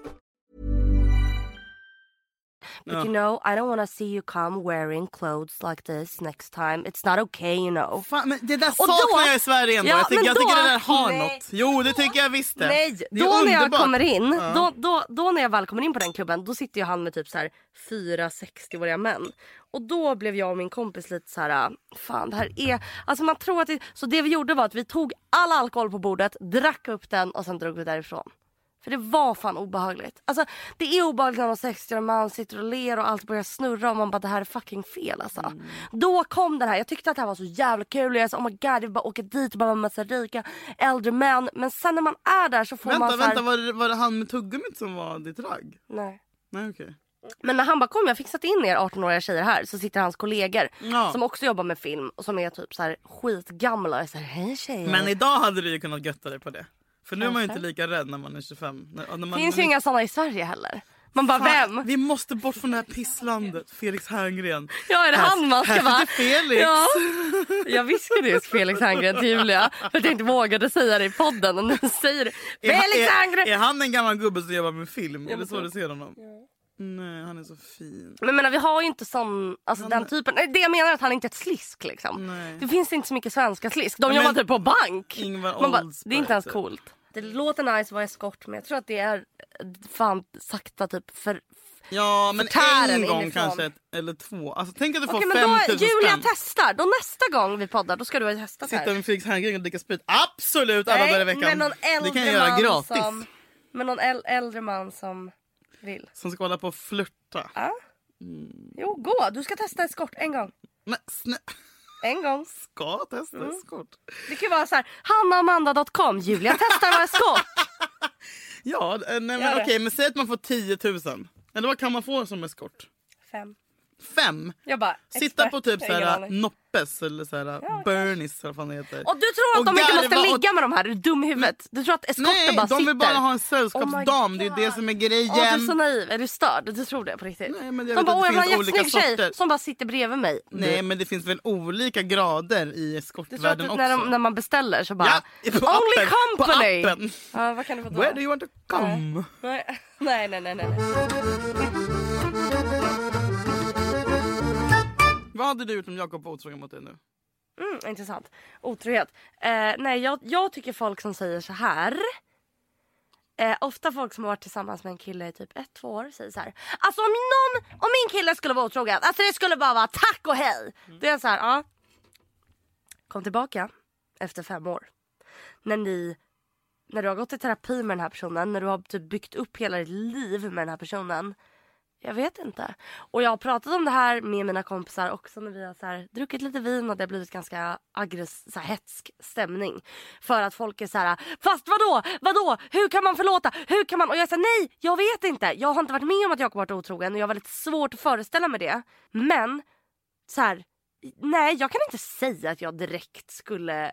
[SPEAKER 2] But you know, I don't want to see you come wearing clothes like this next time. It's not okay, you know.
[SPEAKER 1] Fan, men det där
[SPEAKER 2] Och då-
[SPEAKER 1] saknar jag i Sverige ändå.
[SPEAKER 2] Ja,
[SPEAKER 1] jag tycker,
[SPEAKER 2] men
[SPEAKER 1] jag tycker
[SPEAKER 2] då-
[SPEAKER 1] det där har
[SPEAKER 2] nej.
[SPEAKER 1] något. Jo, det tycker jag visst det.
[SPEAKER 2] Nej,
[SPEAKER 1] det är
[SPEAKER 2] då när jag
[SPEAKER 1] underbart.
[SPEAKER 2] kommer in, då, då, då när jag väl kommer in på den klubben, då sitter ju han med typ så här fyra 60-åriga män. Och då blev jag och min kompis lite så här, fan det här är, alltså man tror att det, så det vi gjorde var att vi tog all alkohol på bordet, drack upp den och sen drog vi därifrån. För det var fan obehagligt. Alltså det är obehagligt när någon 60-årig man sitter och ler och allt börjar snurra och man bara det här är fucking fel alltså.
[SPEAKER 1] Mm.
[SPEAKER 2] Då kom den här, jag tyckte att det här var så jävla kul. Jag sa oh my god jag vill bara åka dit och bara vara med massa rika äldre män. Men sen när man är där så får
[SPEAKER 1] Vänta,
[SPEAKER 2] man så här,
[SPEAKER 1] vänta var, det, var det han med tuggummit som var ditt ragg?
[SPEAKER 2] Nej.
[SPEAKER 1] Nej okej.
[SPEAKER 2] Men när han bara kom jag har fixat in er 18-åriga tjejer här så sitter hans kollegor
[SPEAKER 1] Ja.
[SPEAKER 2] som också jobbar med film och som är typ så här skitgamla. Jag är så här, hej tjejer.
[SPEAKER 1] Men idag hade du ju kunnat götta dig på det. För nu är man ju inte lika rädd när man är 25. När, när man,
[SPEAKER 2] finns ju inga såna i Sverige heller. Man bara
[SPEAKER 1] Fan,
[SPEAKER 2] vem?
[SPEAKER 1] Vi måste bort från det här pisslandet. Felix Herngren.
[SPEAKER 2] Ja är det
[SPEAKER 1] Här-
[SPEAKER 2] han
[SPEAKER 1] här
[SPEAKER 2] man ska
[SPEAKER 1] sitter
[SPEAKER 2] vara?
[SPEAKER 1] Felix.
[SPEAKER 2] Ja. Jag viskade just Felix Herngren till Julia för att jag inte vågade säga det i podden och nu säger du
[SPEAKER 1] Är han-
[SPEAKER 2] Felix
[SPEAKER 1] är, är
[SPEAKER 2] Herngren!
[SPEAKER 1] han en gammal gubbe som jobbar med film? Är det
[SPEAKER 2] men
[SPEAKER 1] så
[SPEAKER 2] så.
[SPEAKER 1] du ser honom? Nej, han är så fin.
[SPEAKER 2] Men jag menar, vi har ju inte sån, alltså den typen. Nej, Det jag menar är att han inte är ett slisk liksom.
[SPEAKER 1] Nej.
[SPEAKER 2] Det finns inte så mycket svenska slisk. De
[SPEAKER 1] Men-
[SPEAKER 2] jobbar typ på bank.
[SPEAKER 1] Ingvar
[SPEAKER 2] Man bara,
[SPEAKER 1] Oldsberg,
[SPEAKER 2] det är inte ens
[SPEAKER 1] typ.
[SPEAKER 2] coolt. Det låter nice att vara eskort men jag tror att det är eh, fan sakta typ för...
[SPEAKER 1] Ja, men
[SPEAKER 2] Förtär den
[SPEAKER 1] en gång
[SPEAKER 2] inifrån.
[SPEAKER 1] kanske. ett- Eller två. Alltså, tänk att du får
[SPEAKER 2] Okej
[SPEAKER 1] 50
[SPEAKER 2] men då,
[SPEAKER 1] 000
[SPEAKER 2] Julia
[SPEAKER 1] spänn.
[SPEAKER 2] testar. Då nästa gång vi poddar då ska du ha testat
[SPEAKER 1] Sitta
[SPEAKER 2] här.
[SPEAKER 1] med Felix Herngren och dricka sprit. Absolut alla dagar i veckan.
[SPEAKER 2] men någon äldre
[SPEAKER 1] det kan jag göra
[SPEAKER 2] man
[SPEAKER 1] gratis.
[SPEAKER 2] Som, men någon äl- äldre man som vill.
[SPEAKER 1] Som ska hålla på och flirta.
[SPEAKER 2] Jo, gå. Du ska testa eskort en gång.
[SPEAKER 1] Men snä...
[SPEAKER 2] En gång.
[SPEAKER 1] Ska testa
[SPEAKER 2] Mm.
[SPEAKER 1] eskort?
[SPEAKER 2] Det kan ju vara så här, hannaamanda.com, Julia testar att vara eskort.
[SPEAKER 1] Ja, eh, nej, men
[SPEAKER 2] Gör
[SPEAKER 1] okej.
[SPEAKER 2] det.
[SPEAKER 1] men säg att man får 10 000. Eller vad kan man få som eskort?
[SPEAKER 2] Fem.
[SPEAKER 1] Fem?
[SPEAKER 2] Jag bara,
[SPEAKER 1] Sitta
[SPEAKER 2] expert.
[SPEAKER 1] på typ
[SPEAKER 2] Jag har ingen
[SPEAKER 1] såhär,
[SPEAKER 2] aning.
[SPEAKER 1] Noppes eller såhär, Bernies eller vad fan det heter.
[SPEAKER 2] Och du tror att
[SPEAKER 1] Och
[SPEAKER 2] de inte
[SPEAKER 1] garva
[SPEAKER 2] måste
[SPEAKER 1] åt-
[SPEAKER 2] ligga med de här, är du dum i huvudet? Du tror att eskorten
[SPEAKER 1] Nej,
[SPEAKER 2] bara
[SPEAKER 1] de
[SPEAKER 2] sitter?
[SPEAKER 1] vill bara ha en sällskapsdam.
[SPEAKER 2] Oh my
[SPEAKER 1] det är ju det som är
[SPEAKER 2] Åh, du är
[SPEAKER 1] grejen.
[SPEAKER 2] så naiv, är du störd? Du tror det på riktigt?
[SPEAKER 1] Nej, men jag
[SPEAKER 2] de
[SPEAKER 1] vet
[SPEAKER 2] bara,
[SPEAKER 1] att
[SPEAKER 2] åh
[SPEAKER 1] det
[SPEAKER 2] jag vill ha en
[SPEAKER 1] finns olika
[SPEAKER 2] jättesnygg tjej
[SPEAKER 1] sorter.
[SPEAKER 2] som bara sitter bredvid mig.
[SPEAKER 1] Nej, men det finns väl olika grader i
[SPEAKER 2] Du tror att
[SPEAKER 1] eskortvärlden
[SPEAKER 2] du,
[SPEAKER 1] också.
[SPEAKER 2] typ när, de, när man beställer så bara,
[SPEAKER 1] Ja, på
[SPEAKER 2] only
[SPEAKER 1] appen, på
[SPEAKER 2] company!
[SPEAKER 1] appen.
[SPEAKER 2] Ja, vad kan det vara då?
[SPEAKER 1] Where do you want to come?
[SPEAKER 2] Nej, nej, nej, nej. nej.
[SPEAKER 1] Vad hade du gjort om Jakob var otrogen mot dig nu?
[SPEAKER 2] Mm, intressant. Otrohet. Eh, nej, jag, jag tycker folk som säger så här. Eh, ofta folk som har varit tillsammans med en kille i typ ett, två år säger så här. Alltså om någon, om min kille skulle vara otrogen, alltså det skulle bara vara tack och hej. Det är så här, ja. Kom tillbaka efter fem år. När ni, när du har gått i terapi med den här personen, när du har typ byggt upp hela ditt liv med den här personen. Jag vet inte. Och jag har pratat om det här med mina kompisar också när vi har så här, druckit lite vin och det har blivit ganska aggress- så här, hetsk stämning. För att folk är så här, fast vadå, vadå, hur kan man förlåta, hur kan man? Och jag säger nej, jag vet inte. Jag har inte varit med om att Jakob har varit otrogen och jag har väldigt svårt att föreställa mig det. Men så här, nej jag kan inte säga att jag direkt skulle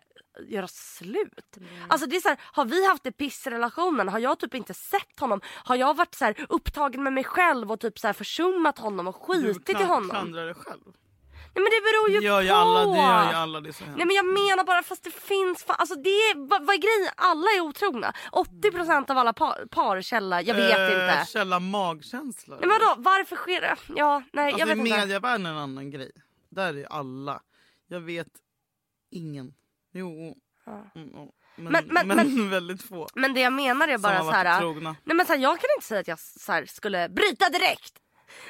[SPEAKER 2] göra slut.
[SPEAKER 1] Mm.
[SPEAKER 2] Alltså det är så här, har vi haft det piss i relationen? Har jag typ inte sett honom? Har jag varit så här upptagen med mig själv och typ så här försummat honom och skitit i
[SPEAKER 1] klan-
[SPEAKER 2] honom?
[SPEAKER 1] klandrar dig själv.
[SPEAKER 2] Nej men det beror ju
[SPEAKER 1] Det gör ju
[SPEAKER 2] på!
[SPEAKER 1] alla. Det gör ju alla. Det är så hemskt.
[SPEAKER 2] Nej men jag menar bara fast det finns fan, alltså det är, vad, vad är grejen? Alla är otrogna. 80% av alla par, par källa, jag vet
[SPEAKER 1] Eh,
[SPEAKER 2] inte.
[SPEAKER 1] Källa magkänsla.
[SPEAKER 2] Nej men vadå, varför sker det? Ja, nej jag
[SPEAKER 1] alltså,
[SPEAKER 2] vet
[SPEAKER 1] I
[SPEAKER 2] inte.
[SPEAKER 1] medievärlden är en annan grej. Där är alla. Jag vet ingen. Jo. Mm, mm, men, men,
[SPEAKER 2] Men- men-
[SPEAKER 1] väldigt få.
[SPEAKER 2] Men det jag menar är bara
[SPEAKER 1] som
[SPEAKER 2] så
[SPEAKER 1] har varit
[SPEAKER 2] här.
[SPEAKER 1] trogna.
[SPEAKER 2] Nej men så här, jag kan inte säga att jag så här, skulle bryta direkt.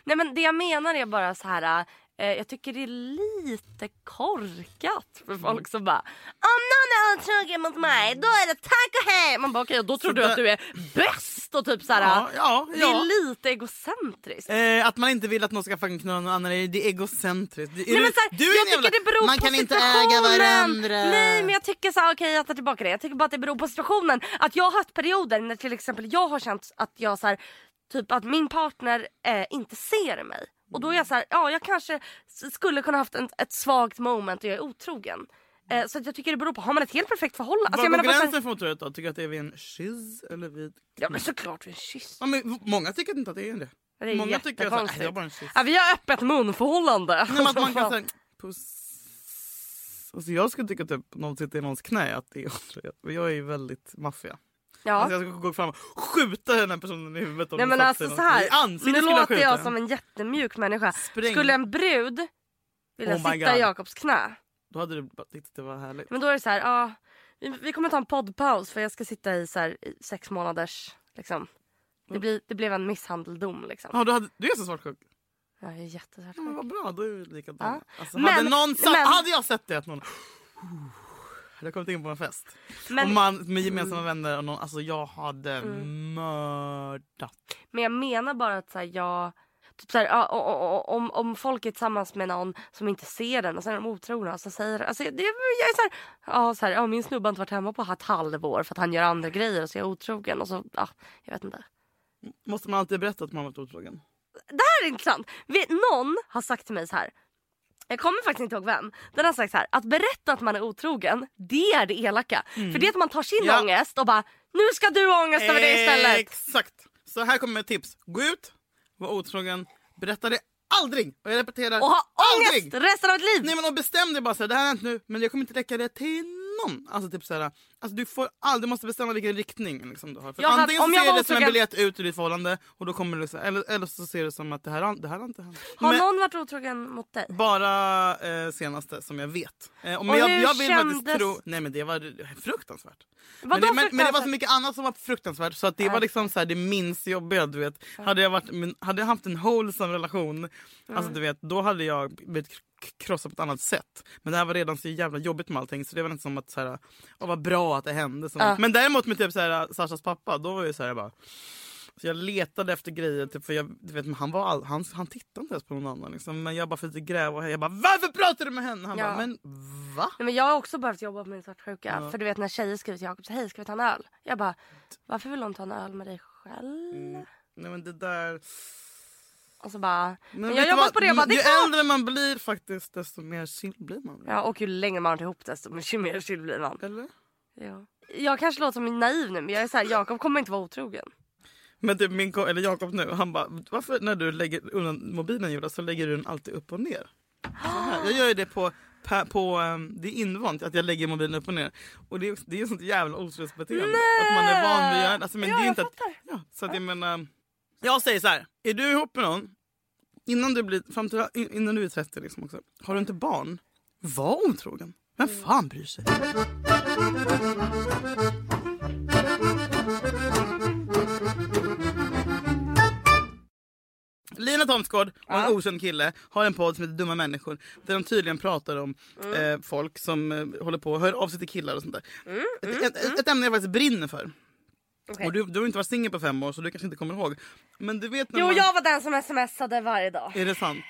[SPEAKER 2] Nej men det jag menar är bara så här. Eh, jag tycker det är lite korkat
[SPEAKER 1] Mm.
[SPEAKER 2] för folk som bara Om någon är otrogen mot mig då är det tack och hej! Man bara okej, då tror
[SPEAKER 1] Så
[SPEAKER 2] du
[SPEAKER 1] där-
[SPEAKER 2] att du är bäst och typ såhär.
[SPEAKER 1] Ja, ja,
[SPEAKER 2] Det
[SPEAKER 1] ja.
[SPEAKER 2] är lite egocentriskt.
[SPEAKER 1] Eh, att man inte vill att någon ska fucking knulla någon annan, är det är egocentriskt. Det- är
[SPEAKER 2] Nej,
[SPEAKER 1] du-
[SPEAKER 2] men så här,
[SPEAKER 1] du är
[SPEAKER 2] jag
[SPEAKER 1] en jävla-
[SPEAKER 2] tycker det beror
[SPEAKER 1] Man
[SPEAKER 2] på
[SPEAKER 1] kan inte
[SPEAKER 2] situationen.
[SPEAKER 1] äga varandra.
[SPEAKER 2] Nej men jag tycker så här, okej jag tar tillbaka det. Jag tycker bara att det beror på situationen. Att jag har haft perioder när till exempel jag har känt att jag så här, typ att min partner eh, inte ser mig. Och då är jag så här, ja jag kanske s- skulle kunna haft en, ett svagt moment och jag är otrogen. Eh, så att jag tycker det beror på, har man ett helt perfekt förhållande?
[SPEAKER 1] Var
[SPEAKER 2] alltså, jag
[SPEAKER 1] går
[SPEAKER 2] bara så här-
[SPEAKER 1] gränsen för otrohet då? Tycker du att det är vid en kyss eller vid...
[SPEAKER 2] Ja men såklart vid en kyss.
[SPEAKER 1] Ja, men många tycker inte att det är det.
[SPEAKER 2] Det är
[SPEAKER 1] många tycker att så här,
[SPEAKER 2] jättekonstigt.
[SPEAKER 1] "Äh, jag bara en kyss.
[SPEAKER 2] Ja, vi har öppet munförhållande.
[SPEAKER 1] Nej, men att man kan säga puss. Alltså, jag skulle tycka typ någon sitter i någons knä att det är otrohet. Men jag är ju väldigt maffia.
[SPEAKER 2] Ja.
[SPEAKER 1] Alltså, jag skulle gå fram och skjuta den här personen i huvudet. om
[SPEAKER 2] Nej
[SPEAKER 1] den
[SPEAKER 2] men
[SPEAKER 1] satt
[SPEAKER 2] alltså
[SPEAKER 1] sig
[SPEAKER 2] så
[SPEAKER 1] någonstans.
[SPEAKER 2] här.
[SPEAKER 1] I ansiktet
[SPEAKER 2] nu
[SPEAKER 1] skulle jag
[SPEAKER 2] låter
[SPEAKER 1] skjuta
[SPEAKER 2] jag
[SPEAKER 1] den.
[SPEAKER 2] som en jättemjuk människa.
[SPEAKER 1] Spräng.
[SPEAKER 2] Skulle en brud vilja
[SPEAKER 1] Oh my
[SPEAKER 2] sitta i
[SPEAKER 1] God.
[SPEAKER 2] Jakobs knä.
[SPEAKER 1] Då hade du bara tyckt att det var härligt.
[SPEAKER 2] Men då är det så här, ja. vi- vi kommer ta en poddpaus för jag ska sitta i så här, i sex månaders liksom. Det, blir, det blev en misshandeldom liksom.
[SPEAKER 1] Mm. Ja, Mm. du, hade, du är så svartsjuk.
[SPEAKER 2] Ja, jag är jättesvårt.
[SPEAKER 1] Ja, men vad bra, då är vi likadana.
[SPEAKER 2] Ja.
[SPEAKER 1] Alltså, hade,
[SPEAKER 2] Men-
[SPEAKER 1] någon sagt,
[SPEAKER 2] men-
[SPEAKER 1] hade jag sett det att någon hade kommit in på en fest
[SPEAKER 2] Men- Mm.
[SPEAKER 1] och man, med gemensamma vänner och någon, alltså jag hade mördat.
[SPEAKER 2] Men jag menar bara att så här, jag... Typ så här, ja, o- o- o- om, om folk är tillsammans med någon som inte ser den och sen är de otrogna. och Så säger, alltså, det, jag är så här, ja, så här, ja, min snubbe har inte varit hemma på ett halvår för att han gör andra grejer och så är jag otrogen. Och så, ja, jag vet inte.
[SPEAKER 1] Måste man alltid berätta att man varit otrogen?
[SPEAKER 2] Det här är intressant. Vet, någon har sagt till mig så här. Jag kommer faktiskt inte ihåg vem. Den har sagt så här. Att berätta att man är otrogen, det är det elaka. För det är att man tar sin
[SPEAKER 1] Mm. Ja.
[SPEAKER 2] ångest och bara, nu ska du ha ångest över det istället.
[SPEAKER 1] Exakt. Så här kommer ett tips. Gå ut, var otrogen, berätta det aldrig. Och jag repeterar,
[SPEAKER 2] Och ha ångest
[SPEAKER 1] aldrig.
[SPEAKER 2] resten av ditt liv.
[SPEAKER 1] Nej men och bestäm dig bara så här, det här har hänt nu men jag kommer inte läcka det till någon. Alltså typ så här, alltså, du, får all, du måste bestämma vilken riktning liksom, du har. För
[SPEAKER 2] Jag hade-
[SPEAKER 1] antingen
[SPEAKER 2] om
[SPEAKER 1] så
[SPEAKER 2] jag
[SPEAKER 1] ser
[SPEAKER 2] var
[SPEAKER 1] det som en
[SPEAKER 2] otrogen-
[SPEAKER 1] biljett ut ur ditt förhållande och då kommer du så här, eller, eller så ser du som att det här, har- det här har inte hänt.
[SPEAKER 2] Har
[SPEAKER 1] Men
[SPEAKER 2] någon varit otrogen mot dig?
[SPEAKER 1] Bara eh, senaste som jag vet. Eh, och men
[SPEAKER 2] Och
[SPEAKER 1] jag,
[SPEAKER 2] hur
[SPEAKER 1] jag vill
[SPEAKER 2] kändes-
[SPEAKER 1] faktiskt tro... Nej men det var fruktansvärt.
[SPEAKER 2] Vadå
[SPEAKER 1] men, det, men, men det var
[SPEAKER 2] fruktansvärt?
[SPEAKER 1] så mycket annat som var fruktansvärt så att det var liksom så här, det minst jobbiga du vet. Hade jag, varit, men, hade jag haft en wholesome relation, alltså du vet, då hade jag blivit k- krossad på ett annat sätt. Men det här var redan så jävla jobbigt med allting så det var inte som att så här, åh vad bra att det hände. Så. Men däremot med typ så här, Sashas pappa, då var jag så här jag bara så jag letade efter grejer, typ, för jag, du vet, men han, var all, han, han tittade inte ens på någon annan. Liksom. Men jag bara försökte gräva och jag bara “Varför pratar du med henne?” Han
[SPEAKER 2] Ja.
[SPEAKER 1] bara “Men va?”
[SPEAKER 2] Nej, men jag har också behövt jobba på min svartsjuka. För du vet när tjejer skriver till Jakob så hej ska vi ta en öl? Jag bara varför vill hon ta en öl med dig själv?
[SPEAKER 1] Mm. Nej men det där...
[SPEAKER 2] Och så bara men
[SPEAKER 1] vet
[SPEAKER 2] jag har
[SPEAKER 1] du
[SPEAKER 2] jobbat
[SPEAKER 1] vad?
[SPEAKER 2] på det. Jag bara, det
[SPEAKER 1] ju
[SPEAKER 2] är klart.
[SPEAKER 1] äldre man blir faktiskt desto mer chill blir man.
[SPEAKER 2] Ja, och ju längre man har varit ihop desto mycket mer chill blir man.
[SPEAKER 1] Eller?
[SPEAKER 2] Ja. Jag kanske låter som naiv nu men jag är såhär Jakob kommer inte vara otrogen.
[SPEAKER 1] Men typ min ko- eller Jakob nu, han bara “Varför när du lägger undan mobilen Julia så lägger du den alltid upp och ner?” Så här. Jag gör ju det på, pa- på ehm, det är invant att jag lägger mobilen upp och ner. Och det är, också, det är sånt jävla otrohetsbeteende. Att man är van vid att göra- alltså, men det. Är inte att, ja, så att jag menar... Jag säger så här, är du ihop med någon innan du blir, fram till, in- innan du är 30 liksom också, har du inte barn, var otrogen. Vem fan bryr sig? Lina Thomsgård och en okänd kille har en podd som heter Dumma människor där de tydligen pratar om
[SPEAKER 2] Mm.
[SPEAKER 1] eh, folk som eh, håller på och hör av sig till killar och sånt där.
[SPEAKER 2] Mm,
[SPEAKER 1] ett, ett, ett ämne jag faktiskt brinner för. Och du, du har inte varit singel på fem år så du kanske inte kommer ihåg. Men du vet när
[SPEAKER 2] Jo
[SPEAKER 1] man...
[SPEAKER 2] jag var den som smsade varje dag.
[SPEAKER 1] Är det sant?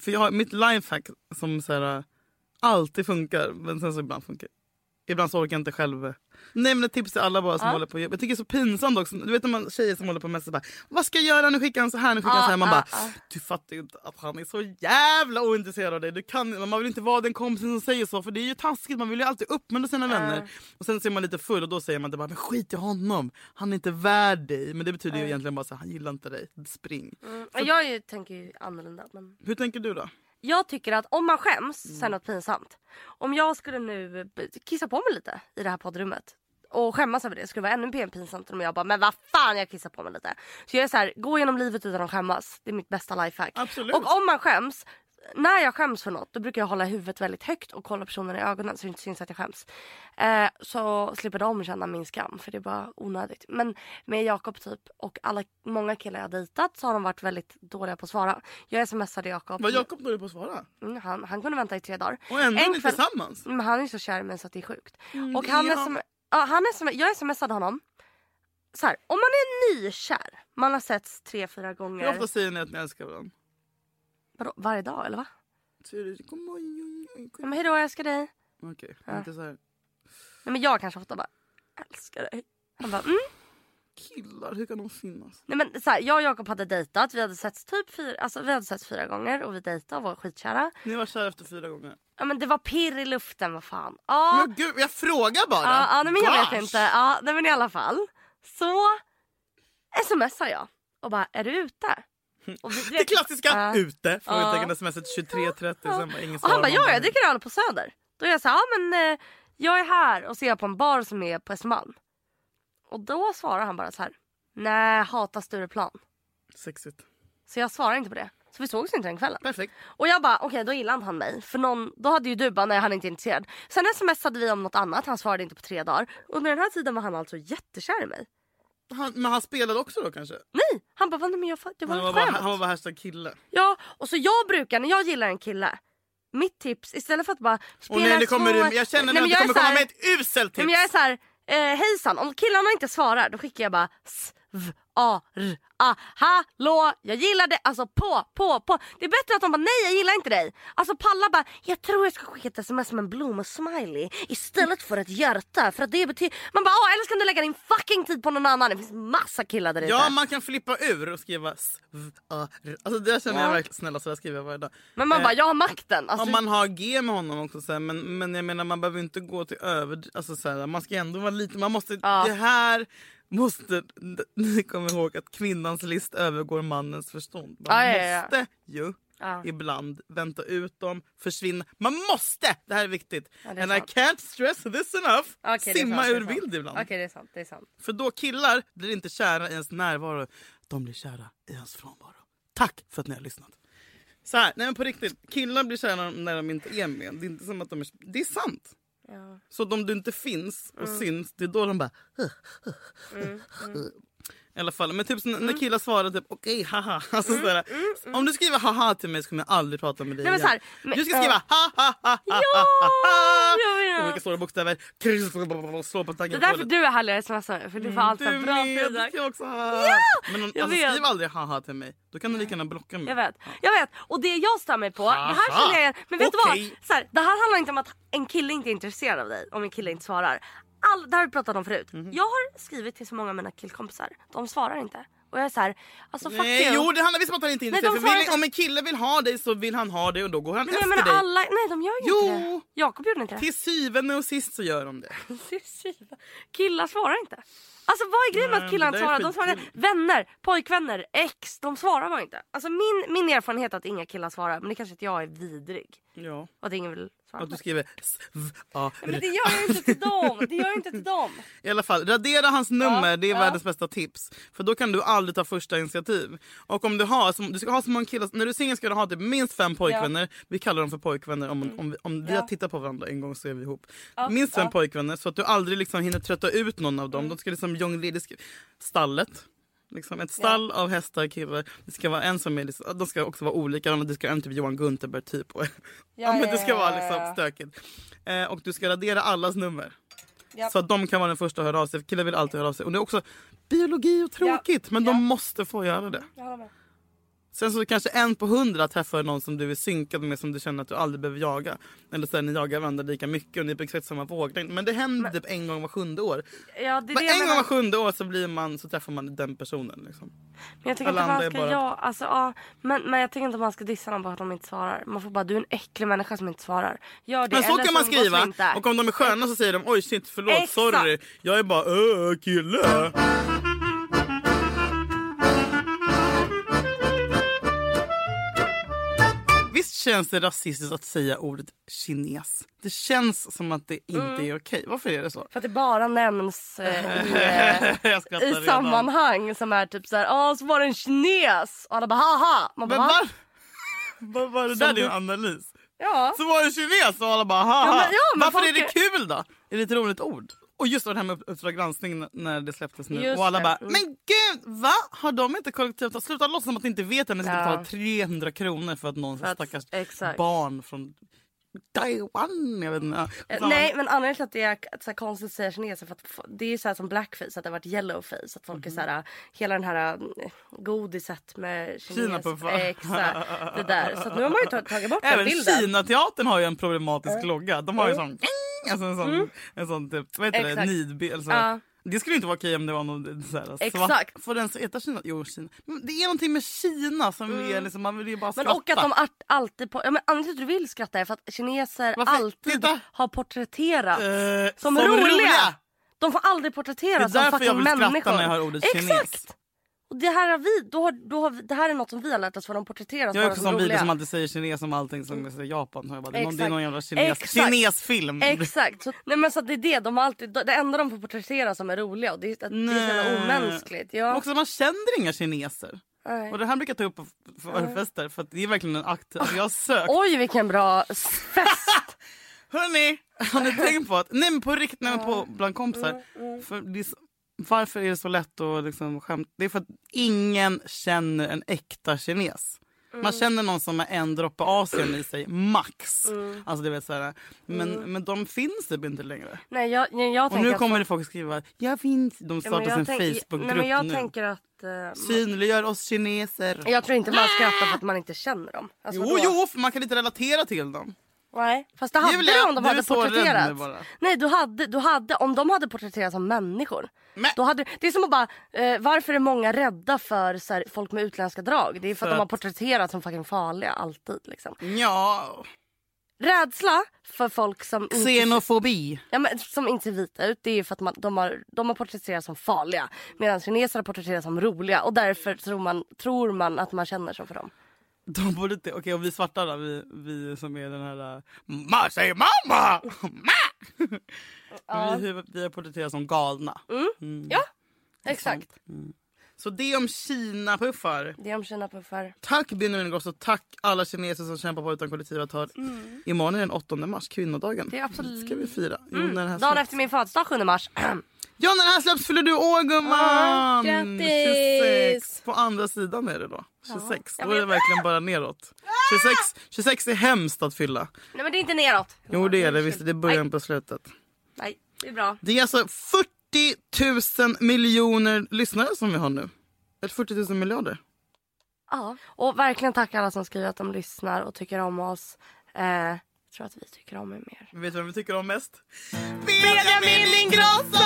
[SPEAKER 1] För jag har mitt lifehack som så här, alltid funkar, men sen så ibland funkar Ibland så orkar jag inte själv. Nej men ett tips till alla bara som håller på Jag tycker det är så pinsamt också. Du vet när man tjejer som håller på med så bara Vad ska jag göra? Nu skickar han så här, nu skickar han så här. Man bara Du fattar ju inte att han är så jävla ointresserad av dig. Du kan, man vill inte vara den kompisen som säger så för det är ju taskigt. Man vill ju alltid uppmuntra sina vänner. Och sen så är man lite full och då säger man det bara Men skit i honom. Han är inte värd dig. Men det betyder ju egentligen bara så här, han gillar inte dig. Spring.
[SPEAKER 2] Ja, Jag är ju, tänker ju annorlunda men
[SPEAKER 1] Hur tänker du då?
[SPEAKER 2] Jag tycker att om man skäms så är något pinsamt. Om jag skulle nu b- kissa på mig lite i det här poddrummet och skämmas över det skulle vara ännu mer pinsamt än om jag bara men vad fan jag kissar på mig lite. Så jag är så här, gå igenom livet utan att skämmas. Det är mitt bästa lifehack.
[SPEAKER 1] Absolut.
[SPEAKER 2] Och om man skäms när jag skäms för något då brukar jag hålla huvudet väldigt högt och kolla personen i ögonen så det inte syns att jag skäms. Eh, så slipper de känna min skam för det är bara onödigt. Men med Jakob typ och alla, många killar jag dejtat så har de varit väldigt dåliga på att svara. Jag smsade Jakob.
[SPEAKER 1] Var Jakob dålig på att svara?
[SPEAKER 2] Mm, han, han kunde vänta i tre dagar.
[SPEAKER 1] Och ändå är
[SPEAKER 2] En
[SPEAKER 1] ni
[SPEAKER 2] kväll- Mm,
[SPEAKER 1] tillsammans?
[SPEAKER 2] Men han är ju så kär i mig så att det är sjukt.
[SPEAKER 1] Mm,
[SPEAKER 2] och han
[SPEAKER 1] ja.
[SPEAKER 2] är som, ja, han är som, jag smsade honom. Så här, om man är nykär, man har setts tre, fyra
[SPEAKER 1] Hur ofta
[SPEAKER 2] gånger.
[SPEAKER 1] säger ni att ni älskar varandra?
[SPEAKER 2] Vadå, varje dag eller va?
[SPEAKER 1] Säger du god morgon?
[SPEAKER 2] Ja, men hejdå jag älskar dig.
[SPEAKER 1] Okej,
[SPEAKER 2] Ja.
[SPEAKER 1] inte så här.
[SPEAKER 2] Nej, men jag kanske ofta bara älskar dig. Han bara mm.
[SPEAKER 1] Killar, hur kan de finnas?
[SPEAKER 2] Nej, men så här, jag och Jakob hade dejtat. Vi hade setts typ fyra, alltså, vi hade setts fyra gånger och vi dejtade och var skitkära.
[SPEAKER 1] Ni var kära efter fyra gånger.
[SPEAKER 2] Ja, men det var pirr i luften, vad fan. Ja,
[SPEAKER 1] Men gud, jag frågar bara!
[SPEAKER 2] ja, ja nej, men jag
[SPEAKER 1] Gosh!
[SPEAKER 2] vet inte. Ja, nej, men i alla fall så smsar jag och bara är du ute? Och vi,
[SPEAKER 1] Mm. Det klassiska
[SPEAKER 2] Ja.
[SPEAKER 1] ute, frågetecken
[SPEAKER 2] Ja.
[SPEAKER 1] smset 23.30 sen bara ingen
[SPEAKER 2] Och
[SPEAKER 1] svarar.
[SPEAKER 2] han bara,
[SPEAKER 1] Man
[SPEAKER 2] ja jag dricker öl på Söder. Då är jag så här, ja men eh, jag är här och ser på en bar som är på Östermalm. Och då svarar han bara så här, nej hatar Stureplan.
[SPEAKER 1] Sexigt.
[SPEAKER 2] Så jag svarar inte på det. Så vi sågs inte den kvällen.
[SPEAKER 1] Perfekt.
[SPEAKER 2] Och jag bara, okej då gillar inte han mig. För någon, då hade ju du bara, nej han är inte intresserad. Sen smsade vi om något annat, han svarade inte på tre dagar. Under den här tiden var han alltså jättekär i mig.
[SPEAKER 1] Han, men han spelade också då kanske?
[SPEAKER 2] Nej! Han bara, "Va, nej, men jag, fa- det var
[SPEAKER 1] Han
[SPEAKER 2] ett
[SPEAKER 1] var, bara,
[SPEAKER 2] skämt.
[SPEAKER 1] han var bara hashtag kille.
[SPEAKER 2] Ja, och så jag brukar när jag gillar en kille. Mitt tips istället för att bara spela
[SPEAKER 1] Och nej, nu kommer
[SPEAKER 2] två...
[SPEAKER 1] du, jag känner
[SPEAKER 2] Nej,
[SPEAKER 1] nu
[SPEAKER 2] men
[SPEAKER 1] att du
[SPEAKER 2] jag är
[SPEAKER 1] kommer
[SPEAKER 2] så
[SPEAKER 1] komma
[SPEAKER 2] här-
[SPEAKER 1] med ett uselt
[SPEAKER 2] Nej,
[SPEAKER 1] tips.
[SPEAKER 2] men jag är så här, eh, hejsan om killarna inte svarar då skickar jag bara s, v, a, r, a, hallå, jag gillar det, alltså på, på, på. Det är bättre att de bara nej jag gillar inte dig. Alltså palla bara, jag tror jag ska skicka ett sms med en blomma-smiley istället för ett hjärta för att det betyder, man bara "Ah, eller ska du lägga din fucking tid på någon annan, det finns massa killar där ute.
[SPEAKER 1] Ja, man kan flippa ur och skriva s, v, a, r. Alltså det känner jag
[SPEAKER 2] Ja.
[SPEAKER 1] verkligen. Snälla, så där skriver jag varje dag.
[SPEAKER 2] Men man
[SPEAKER 1] Eh,
[SPEAKER 2] bara jag har makten. Alltså,
[SPEAKER 1] om man har G med honom också så här, men, men jag menar man behöver inte gå till över... Alltså, så här, man ska ändå vara lite... Man måste,
[SPEAKER 2] Ja.
[SPEAKER 1] Det här måste... Ni kommer ihåg att kvinnans list övergår mannens förstånd. Man
[SPEAKER 2] Ja, ja, ja.
[SPEAKER 1] måste ju
[SPEAKER 2] Ja.
[SPEAKER 1] ibland vänta ut dem, försvinna. Man måste! Det här är viktigt.
[SPEAKER 2] Ja, det är
[SPEAKER 1] And
[SPEAKER 2] sant.
[SPEAKER 1] I can't stress this enough.
[SPEAKER 2] Okej, det är
[SPEAKER 1] Simma
[SPEAKER 2] sant, det är
[SPEAKER 1] ur
[SPEAKER 2] sant.
[SPEAKER 1] bild ibland.
[SPEAKER 2] Okej det är sant, det är sant.
[SPEAKER 1] För då killar blir inte kära i ens närvaro. De blir kära i ens frånvaro. Tack för att ni har lyssnat. Så här, nej men på riktigt. Killar blir kära när de inte är med. Det är inte som att de är... Det är sant.
[SPEAKER 2] Ja. Mm.
[SPEAKER 1] Så om du inte finns och syns, det är då de bara... I alla fall. Men typ så när-
[SPEAKER 2] Mm.
[SPEAKER 1] när killar svarar typ okej haha. Alltså sådär. Om du skriver haha till mig så kommer jag aldrig prata med dig
[SPEAKER 2] Nej, men
[SPEAKER 1] igen.
[SPEAKER 2] så här, men-
[SPEAKER 1] du ska skriva ha ha ha ha
[SPEAKER 2] Ja, jag
[SPEAKER 1] ha.
[SPEAKER 2] menar.
[SPEAKER 1] Olika stora bokstäver. Kryss, Slå på
[SPEAKER 2] Det är
[SPEAKER 1] tangentbordet.
[SPEAKER 2] därför du är härligare smsare för du får alltid
[SPEAKER 1] Mm, Du
[SPEAKER 2] bra
[SPEAKER 1] med,
[SPEAKER 2] feedback.
[SPEAKER 1] du kan också ha. Men hon,
[SPEAKER 2] jag
[SPEAKER 1] alltså,
[SPEAKER 2] vet.
[SPEAKER 1] skriv aldrig haha till mig. Då kan du lika gärna blocka mig.
[SPEAKER 2] Jag vet. jag vet. Och det jag stör mig på, det här
[SPEAKER 1] Aha.
[SPEAKER 2] känner jag igen. Men vet du
[SPEAKER 1] Okej.
[SPEAKER 2] vad? Så här, det här handlar inte om att en kille inte är intresserad av dig om en kille inte svarar. All, det här har vi pratat om förut.
[SPEAKER 1] Mhm.
[SPEAKER 2] Jag har skrivit till så många av mina killkompisar. De svarar inte. Och jag är så här, alltså fuck
[SPEAKER 1] Nej,
[SPEAKER 2] you.
[SPEAKER 1] jo det handlar visst om att han inte är
[SPEAKER 2] Nej,
[SPEAKER 1] intresserad.
[SPEAKER 2] de
[SPEAKER 1] För vill,
[SPEAKER 2] svarar-
[SPEAKER 1] om en kille vill ha dig så vill han ha dig och då går han
[SPEAKER 2] Nej, men
[SPEAKER 1] efter
[SPEAKER 2] jag menar
[SPEAKER 1] dig.
[SPEAKER 2] alla, nej de gör ju
[SPEAKER 1] Jo.
[SPEAKER 2] inte det. Jakob gjorde inte det.
[SPEAKER 1] Till syvende och sist så gör de det.
[SPEAKER 2] Cecilia. Killar svarar inte. Alltså vad är grejen med
[SPEAKER 1] Nej,
[SPEAKER 2] att killar
[SPEAKER 1] det
[SPEAKER 2] inte
[SPEAKER 1] där är
[SPEAKER 2] svarar? De svarar
[SPEAKER 1] skitkul.
[SPEAKER 2] vänner, pojkvänner, ex. De svarar bara inte. Alltså min, min erfarenhet är att inga killar svarar. Men det kanske är att jag är vidrig.
[SPEAKER 1] Ja.
[SPEAKER 2] Och att ingen vill svara.
[SPEAKER 1] Att du skriver s, v, a,
[SPEAKER 2] Nej, men
[SPEAKER 1] r.
[SPEAKER 2] det gör jag ju inte till dem. Det gör jag ju inte till dem.
[SPEAKER 1] I alla fall, radera hans nummer.
[SPEAKER 2] Ja,
[SPEAKER 1] det är
[SPEAKER 2] ja.
[SPEAKER 1] världens bästa tips. För då kan du aldrig ta första initiativ. Och om du har, som, du ska ha så många killar. När du är singel ska du ha typ minst fem pojkvänner. Vi kallar dem för pojkvänner. Om, om, vi, om vi
[SPEAKER 2] Ja.
[SPEAKER 1] har tittat på varandra en gång så är vi ihop. minst fem pojkvänner så att du aldrig liksom hinner trötta ut någon av dem.
[SPEAKER 2] Mm.
[SPEAKER 1] De ska liksom jonglera. Det ska- Stallet. Liksom ett stall av hästar, killar. Det ska vara en som är liksom, de ska också vara olika. Det ska inte typ Johan Gunterberg typ. Och, ja, men det ska
[SPEAKER 2] ja,
[SPEAKER 1] vara
[SPEAKER 2] ja,
[SPEAKER 1] liksom
[SPEAKER 2] ja.
[SPEAKER 1] stökigt. Eh, och du ska radera allas nummer. Så att de kan vara den första att höra av sig. För killar vill alltid höra av sig. Och det är också biologi och tråkigt. Men de måste få göra det.
[SPEAKER 2] Jag håller med.
[SPEAKER 1] Sen så kanske en på hundra träffar någon som du är synkad med som du känner att du aldrig behöver jaga. Eller så här, ni jagar varandra lika mycket och ni är på exakt samma våglängd. Men det händer typ en gång var sjunde år.
[SPEAKER 2] Ja, det är
[SPEAKER 1] Men
[SPEAKER 2] det jag
[SPEAKER 1] en gång
[SPEAKER 2] menar.
[SPEAKER 1] var sjunde år så, blir man, så träffar man den personen. Liksom.
[SPEAKER 2] Men jag tycker
[SPEAKER 1] alla
[SPEAKER 2] inte
[SPEAKER 1] andra är
[SPEAKER 2] man ska...
[SPEAKER 1] bara-
[SPEAKER 2] Ja, alltså, ja, men, men jag tycker inte man ska dissa någon bara för att de inte svarar. Man får bara, du är en äcklig människa som inte svarar. Gör det.
[SPEAKER 1] Men så
[SPEAKER 2] eller
[SPEAKER 1] kan man
[SPEAKER 2] umgås vi
[SPEAKER 1] skriva.
[SPEAKER 2] inte.
[SPEAKER 1] Och om de är sköna så säger de oj shit förlåt
[SPEAKER 2] Exakt.
[SPEAKER 1] sorry. Jag är bara öh kille. Visst känns det rasistiskt att säga ordet kines? Det känns som att det inte
[SPEAKER 2] Mm.
[SPEAKER 1] är okej. Varför är det så?
[SPEAKER 2] För att det bara nämns eh, i, eh,
[SPEAKER 1] Jag skrattar
[SPEAKER 2] i
[SPEAKER 1] redan.
[SPEAKER 2] "Ah, sammanhang som är typ så här, ja så var det en kines. Och alla bara haha. Man bara,
[SPEAKER 1] Men
[SPEAKER 2] va?
[SPEAKER 1] var, Vad var det
[SPEAKER 2] Som
[SPEAKER 1] där
[SPEAKER 2] du-
[SPEAKER 1] din analys?
[SPEAKER 2] Ja.
[SPEAKER 1] Så var det kines och alla bara haha.
[SPEAKER 2] Ja, men- ja, men
[SPEAKER 1] Varför
[SPEAKER 2] folk
[SPEAKER 1] är det
[SPEAKER 2] är-
[SPEAKER 1] kul då? Är det ett roligt ord? Och just det här med Uppdrag granskning när det släpptes nu.
[SPEAKER 2] Just
[SPEAKER 1] och alla
[SPEAKER 2] det.
[SPEAKER 1] bara
[SPEAKER 2] Mm.
[SPEAKER 1] men gud va? Har de inte kollektivavtal? Sluta låtsas som att ni inte vet det när ni ska
[SPEAKER 2] Ja.
[SPEAKER 1] betala 300 kronor för att någon
[SPEAKER 2] För att-
[SPEAKER 1] stackars
[SPEAKER 2] exakt.
[SPEAKER 1] barn från Taiwan. Jag vet inte. Ja.
[SPEAKER 2] Eh, Nej men anledningen till att det är så här konstigt att säga kineser för att f- det är så här som blackface att det har varit yellowface att folk
[SPEAKER 1] Mhm.
[SPEAKER 2] är så här hela den här eh, godiset med kineser.
[SPEAKER 1] Kinapuffar.
[SPEAKER 2] Exakt det där. Så att nu har man ju tag- tagit bort den
[SPEAKER 1] Även
[SPEAKER 2] bilden.
[SPEAKER 1] Kinateatern har ju en problematisk logga. De har ju sån, alltså en sån, en sån typ, vad heter det,
[SPEAKER 2] Mm. Exakt.
[SPEAKER 1] nidbild. Alltså,
[SPEAKER 2] Ja.
[SPEAKER 1] Det skulle inte vara okej om det var någon så här, svart.
[SPEAKER 2] Exakt.
[SPEAKER 1] Får den så heta Kina? Jo, Kina. Men det är någonting med Kina som är liksom, man vill ju bara
[SPEAKER 2] Mm. Men
[SPEAKER 1] skratta.
[SPEAKER 2] och att de art- alltid... På, ja, men anledningen till att du vill skratta är för att kineser
[SPEAKER 1] Varför?
[SPEAKER 2] alltid
[SPEAKER 1] Titta.
[SPEAKER 2] har porträtterats
[SPEAKER 1] Eh,
[SPEAKER 2] som,
[SPEAKER 1] som
[SPEAKER 2] roliga.
[SPEAKER 1] roliga.
[SPEAKER 2] De får aldrig porträtteras
[SPEAKER 1] Det är
[SPEAKER 2] som
[SPEAKER 1] därför jag
[SPEAKER 2] fucking
[SPEAKER 1] vill skratta
[SPEAKER 2] människor.
[SPEAKER 1] när jag hör ordet
[SPEAKER 2] Exakt.
[SPEAKER 1] kines.
[SPEAKER 2] Och det här, har vi, då har, då har, vi- det här är något som vi har lärt oss för Alltså, de porträtteras
[SPEAKER 1] Jag är
[SPEAKER 2] bara
[SPEAKER 1] också sån
[SPEAKER 2] som, roliga. Mm.
[SPEAKER 1] video som alltid säger kines om allting som är så Japan. Så jag bara, det, är någon, det är
[SPEAKER 2] Exakt.
[SPEAKER 1] någon jävla kines,
[SPEAKER 2] Exakt.
[SPEAKER 1] kinesfilm.
[SPEAKER 2] Exakt. Så, nej men så att det är det. De har alltid, det enda de får porträttera som är roliga. Och det, är- det är så jävla
[SPEAKER 1] Nej.
[SPEAKER 2] omänskligt.
[SPEAKER 1] Men
[SPEAKER 2] Ja.
[SPEAKER 1] Också man känner inga kineser.
[SPEAKER 2] Nej.
[SPEAKER 1] Och det här brukar jag ta upp på förfester för att det är verkligen en akt. Alltså jag har sökt
[SPEAKER 2] Oj vilken bra s- fest.
[SPEAKER 1] Hörni, har ni tänkt på att... Nej men på riktigt, nej, men på, bland kompisar.
[SPEAKER 2] Mm,
[SPEAKER 1] För det är så, varför är det så lätt att liksom skämta? Det är för att ingen känner en äkta kines.
[SPEAKER 2] Mm.
[SPEAKER 1] Man känner någon som har en droppe Asien i sig, max.
[SPEAKER 2] Mm.
[SPEAKER 1] Alltså det vet så här, men, men de finns typ inte längre.
[SPEAKER 2] nej jag, jag, jag
[SPEAKER 1] Och
[SPEAKER 2] tänker
[SPEAKER 1] nu
[SPEAKER 2] Mm. att
[SPEAKER 1] kommer det folk skriva jag finns. De
[SPEAKER 2] Ja, men
[SPEAKER 1] startar
[SPEAKER 2] jag
[SPEAKER 1] sin
[SPEAKER 2] tänk- Nej, men
[SPEAKER 1] Facebookgrupp
[SPEAKER 2] jag
[SPEAKER 1] nu.
[SPEAKER 2] tänker att... eh,
[SPEAKER 1] Synliggör oss kineser.
[SPEAKER 2] Jag tror inte man skrattar för att man inte känner dem. Alltså,
[SPEAKER 1] Jo,
[SPEAKER 2] vadå?
[SPEAKER 1] jo, för man kan inte relatera till dem.
[SPEAKER 2] Nej. Fast det hade
[SPEAKER 1] Julia,
[SPEAKER 2] du om de
[SPEAKER 1] du är
[SPEAKER 2] hade
[SPEAKER 1] så rädd nu
[SPEAKER 2] porträtterats.
[SPEAKER 1] bara.
[SPEAKER 2] Nej, du hade, du hade, om de hade porträtterats som människor.
[SPEAKER 1] Men-
[SPEAKER 2] Då hade, det är som att bara, eh, varför är många rädda för så här, folk med utländska drag? Det är för, att
[SPEAKER 1] För
[SPEAKER 2] de har
[SPEAKER 1] att-
[SPEAKER 2] porträtterats som fucking farliga alltid. Liksom.
[SPEAKER 1] Ja,
[SPEAKER 2] Rädsla för folk som inte,
[SPEAKER 1] xenofobi.
[SPEAKER 2] ja, men, som inte ser vita ut det är ju för att man, de, har, de har porträtterats som farliga. Medan kineser har porträtterats som roliga och därför tror man, tror man att man känner sig för dem.
[SPEAKER 1] De borde inte... Okej, och vi svarta då? Vi, vi som är den här... äh, Ma, säg mamma! Ma! Vi, hur- vi är porträtterade som galna. Mm.
[SPEAKER 2] Ja, exakt.
[SPEAKER 1] Så det om Kina-puffar.
[SPEAKER 2] Det är om kinapuffar.
[SPEAKER 1] Tack Benjamin Ingrosso, tack alla kineser som kämpar på utan kollektivavtal. Imorgon är den 8 mars, kvinnodagen.
[SPEAKER 2] Mm. Det är absolut- Mm.
[SPEAKER 1] ska vi fira. Jo, när det här
[SPEAKER 2] Dagen
[SPEAKER 1] släpps-
[SPEAKER 2] efter min födelsedag 7 mars.
[SPEAKER 1] Ja, när det här släpps fyller du år
[SPEAKER 9] Ja,
[SPEAKER 1] gumman!
[SPEAKER 9] grattis!
[SPEAKER 1] 26. På andra sidan är det då. 26.
[SPEAKER 2] Ja,
[SPEAKER 1] Då är det
[SPEAKER 2] men-
[SPEAKER 1] verkligen bara neråt. 26, 26 är hemskt att fylla.
[SPEAKER 2] Nej men det är inte neråt.
[SPEAKER 1] Jo det är det, visst det är början
[SPEAKER 2] Nej,
[SPEAKER 1] på slutet.
[SPEAKER 2] nej det är bra.
[SPEAKER 1] Det är alltså 40 000 miljoner lyssnare som vi har nu. Eller 40 000 miljarder.
[SPEAKER 2] Ja. Och verkligen tack alla som skriver att de lyssnar och tycker om oss. Eh, jag tror att vi tycker om er mer.
[SPEAKER 1] Vet du vem vi tycker om mest? Benjamin Ingrosso!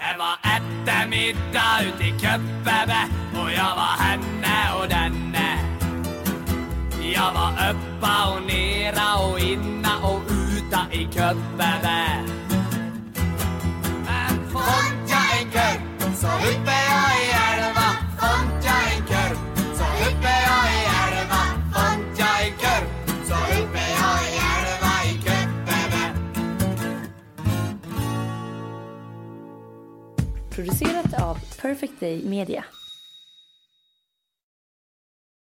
[SPEAKER 10] Det var eftermiddag ute i Köpebe och jag var henne och denne. Jag var uppa och nera och inna och uta i Köpebe. Men fant jag en kurv så uppe jag i älva. Fant jag en kurv så uppe jag i älva. Fant jag en kurv så uppe jag i älva i Köpebe.
[SPEAKER 11] Producerat av Perfect Day Media.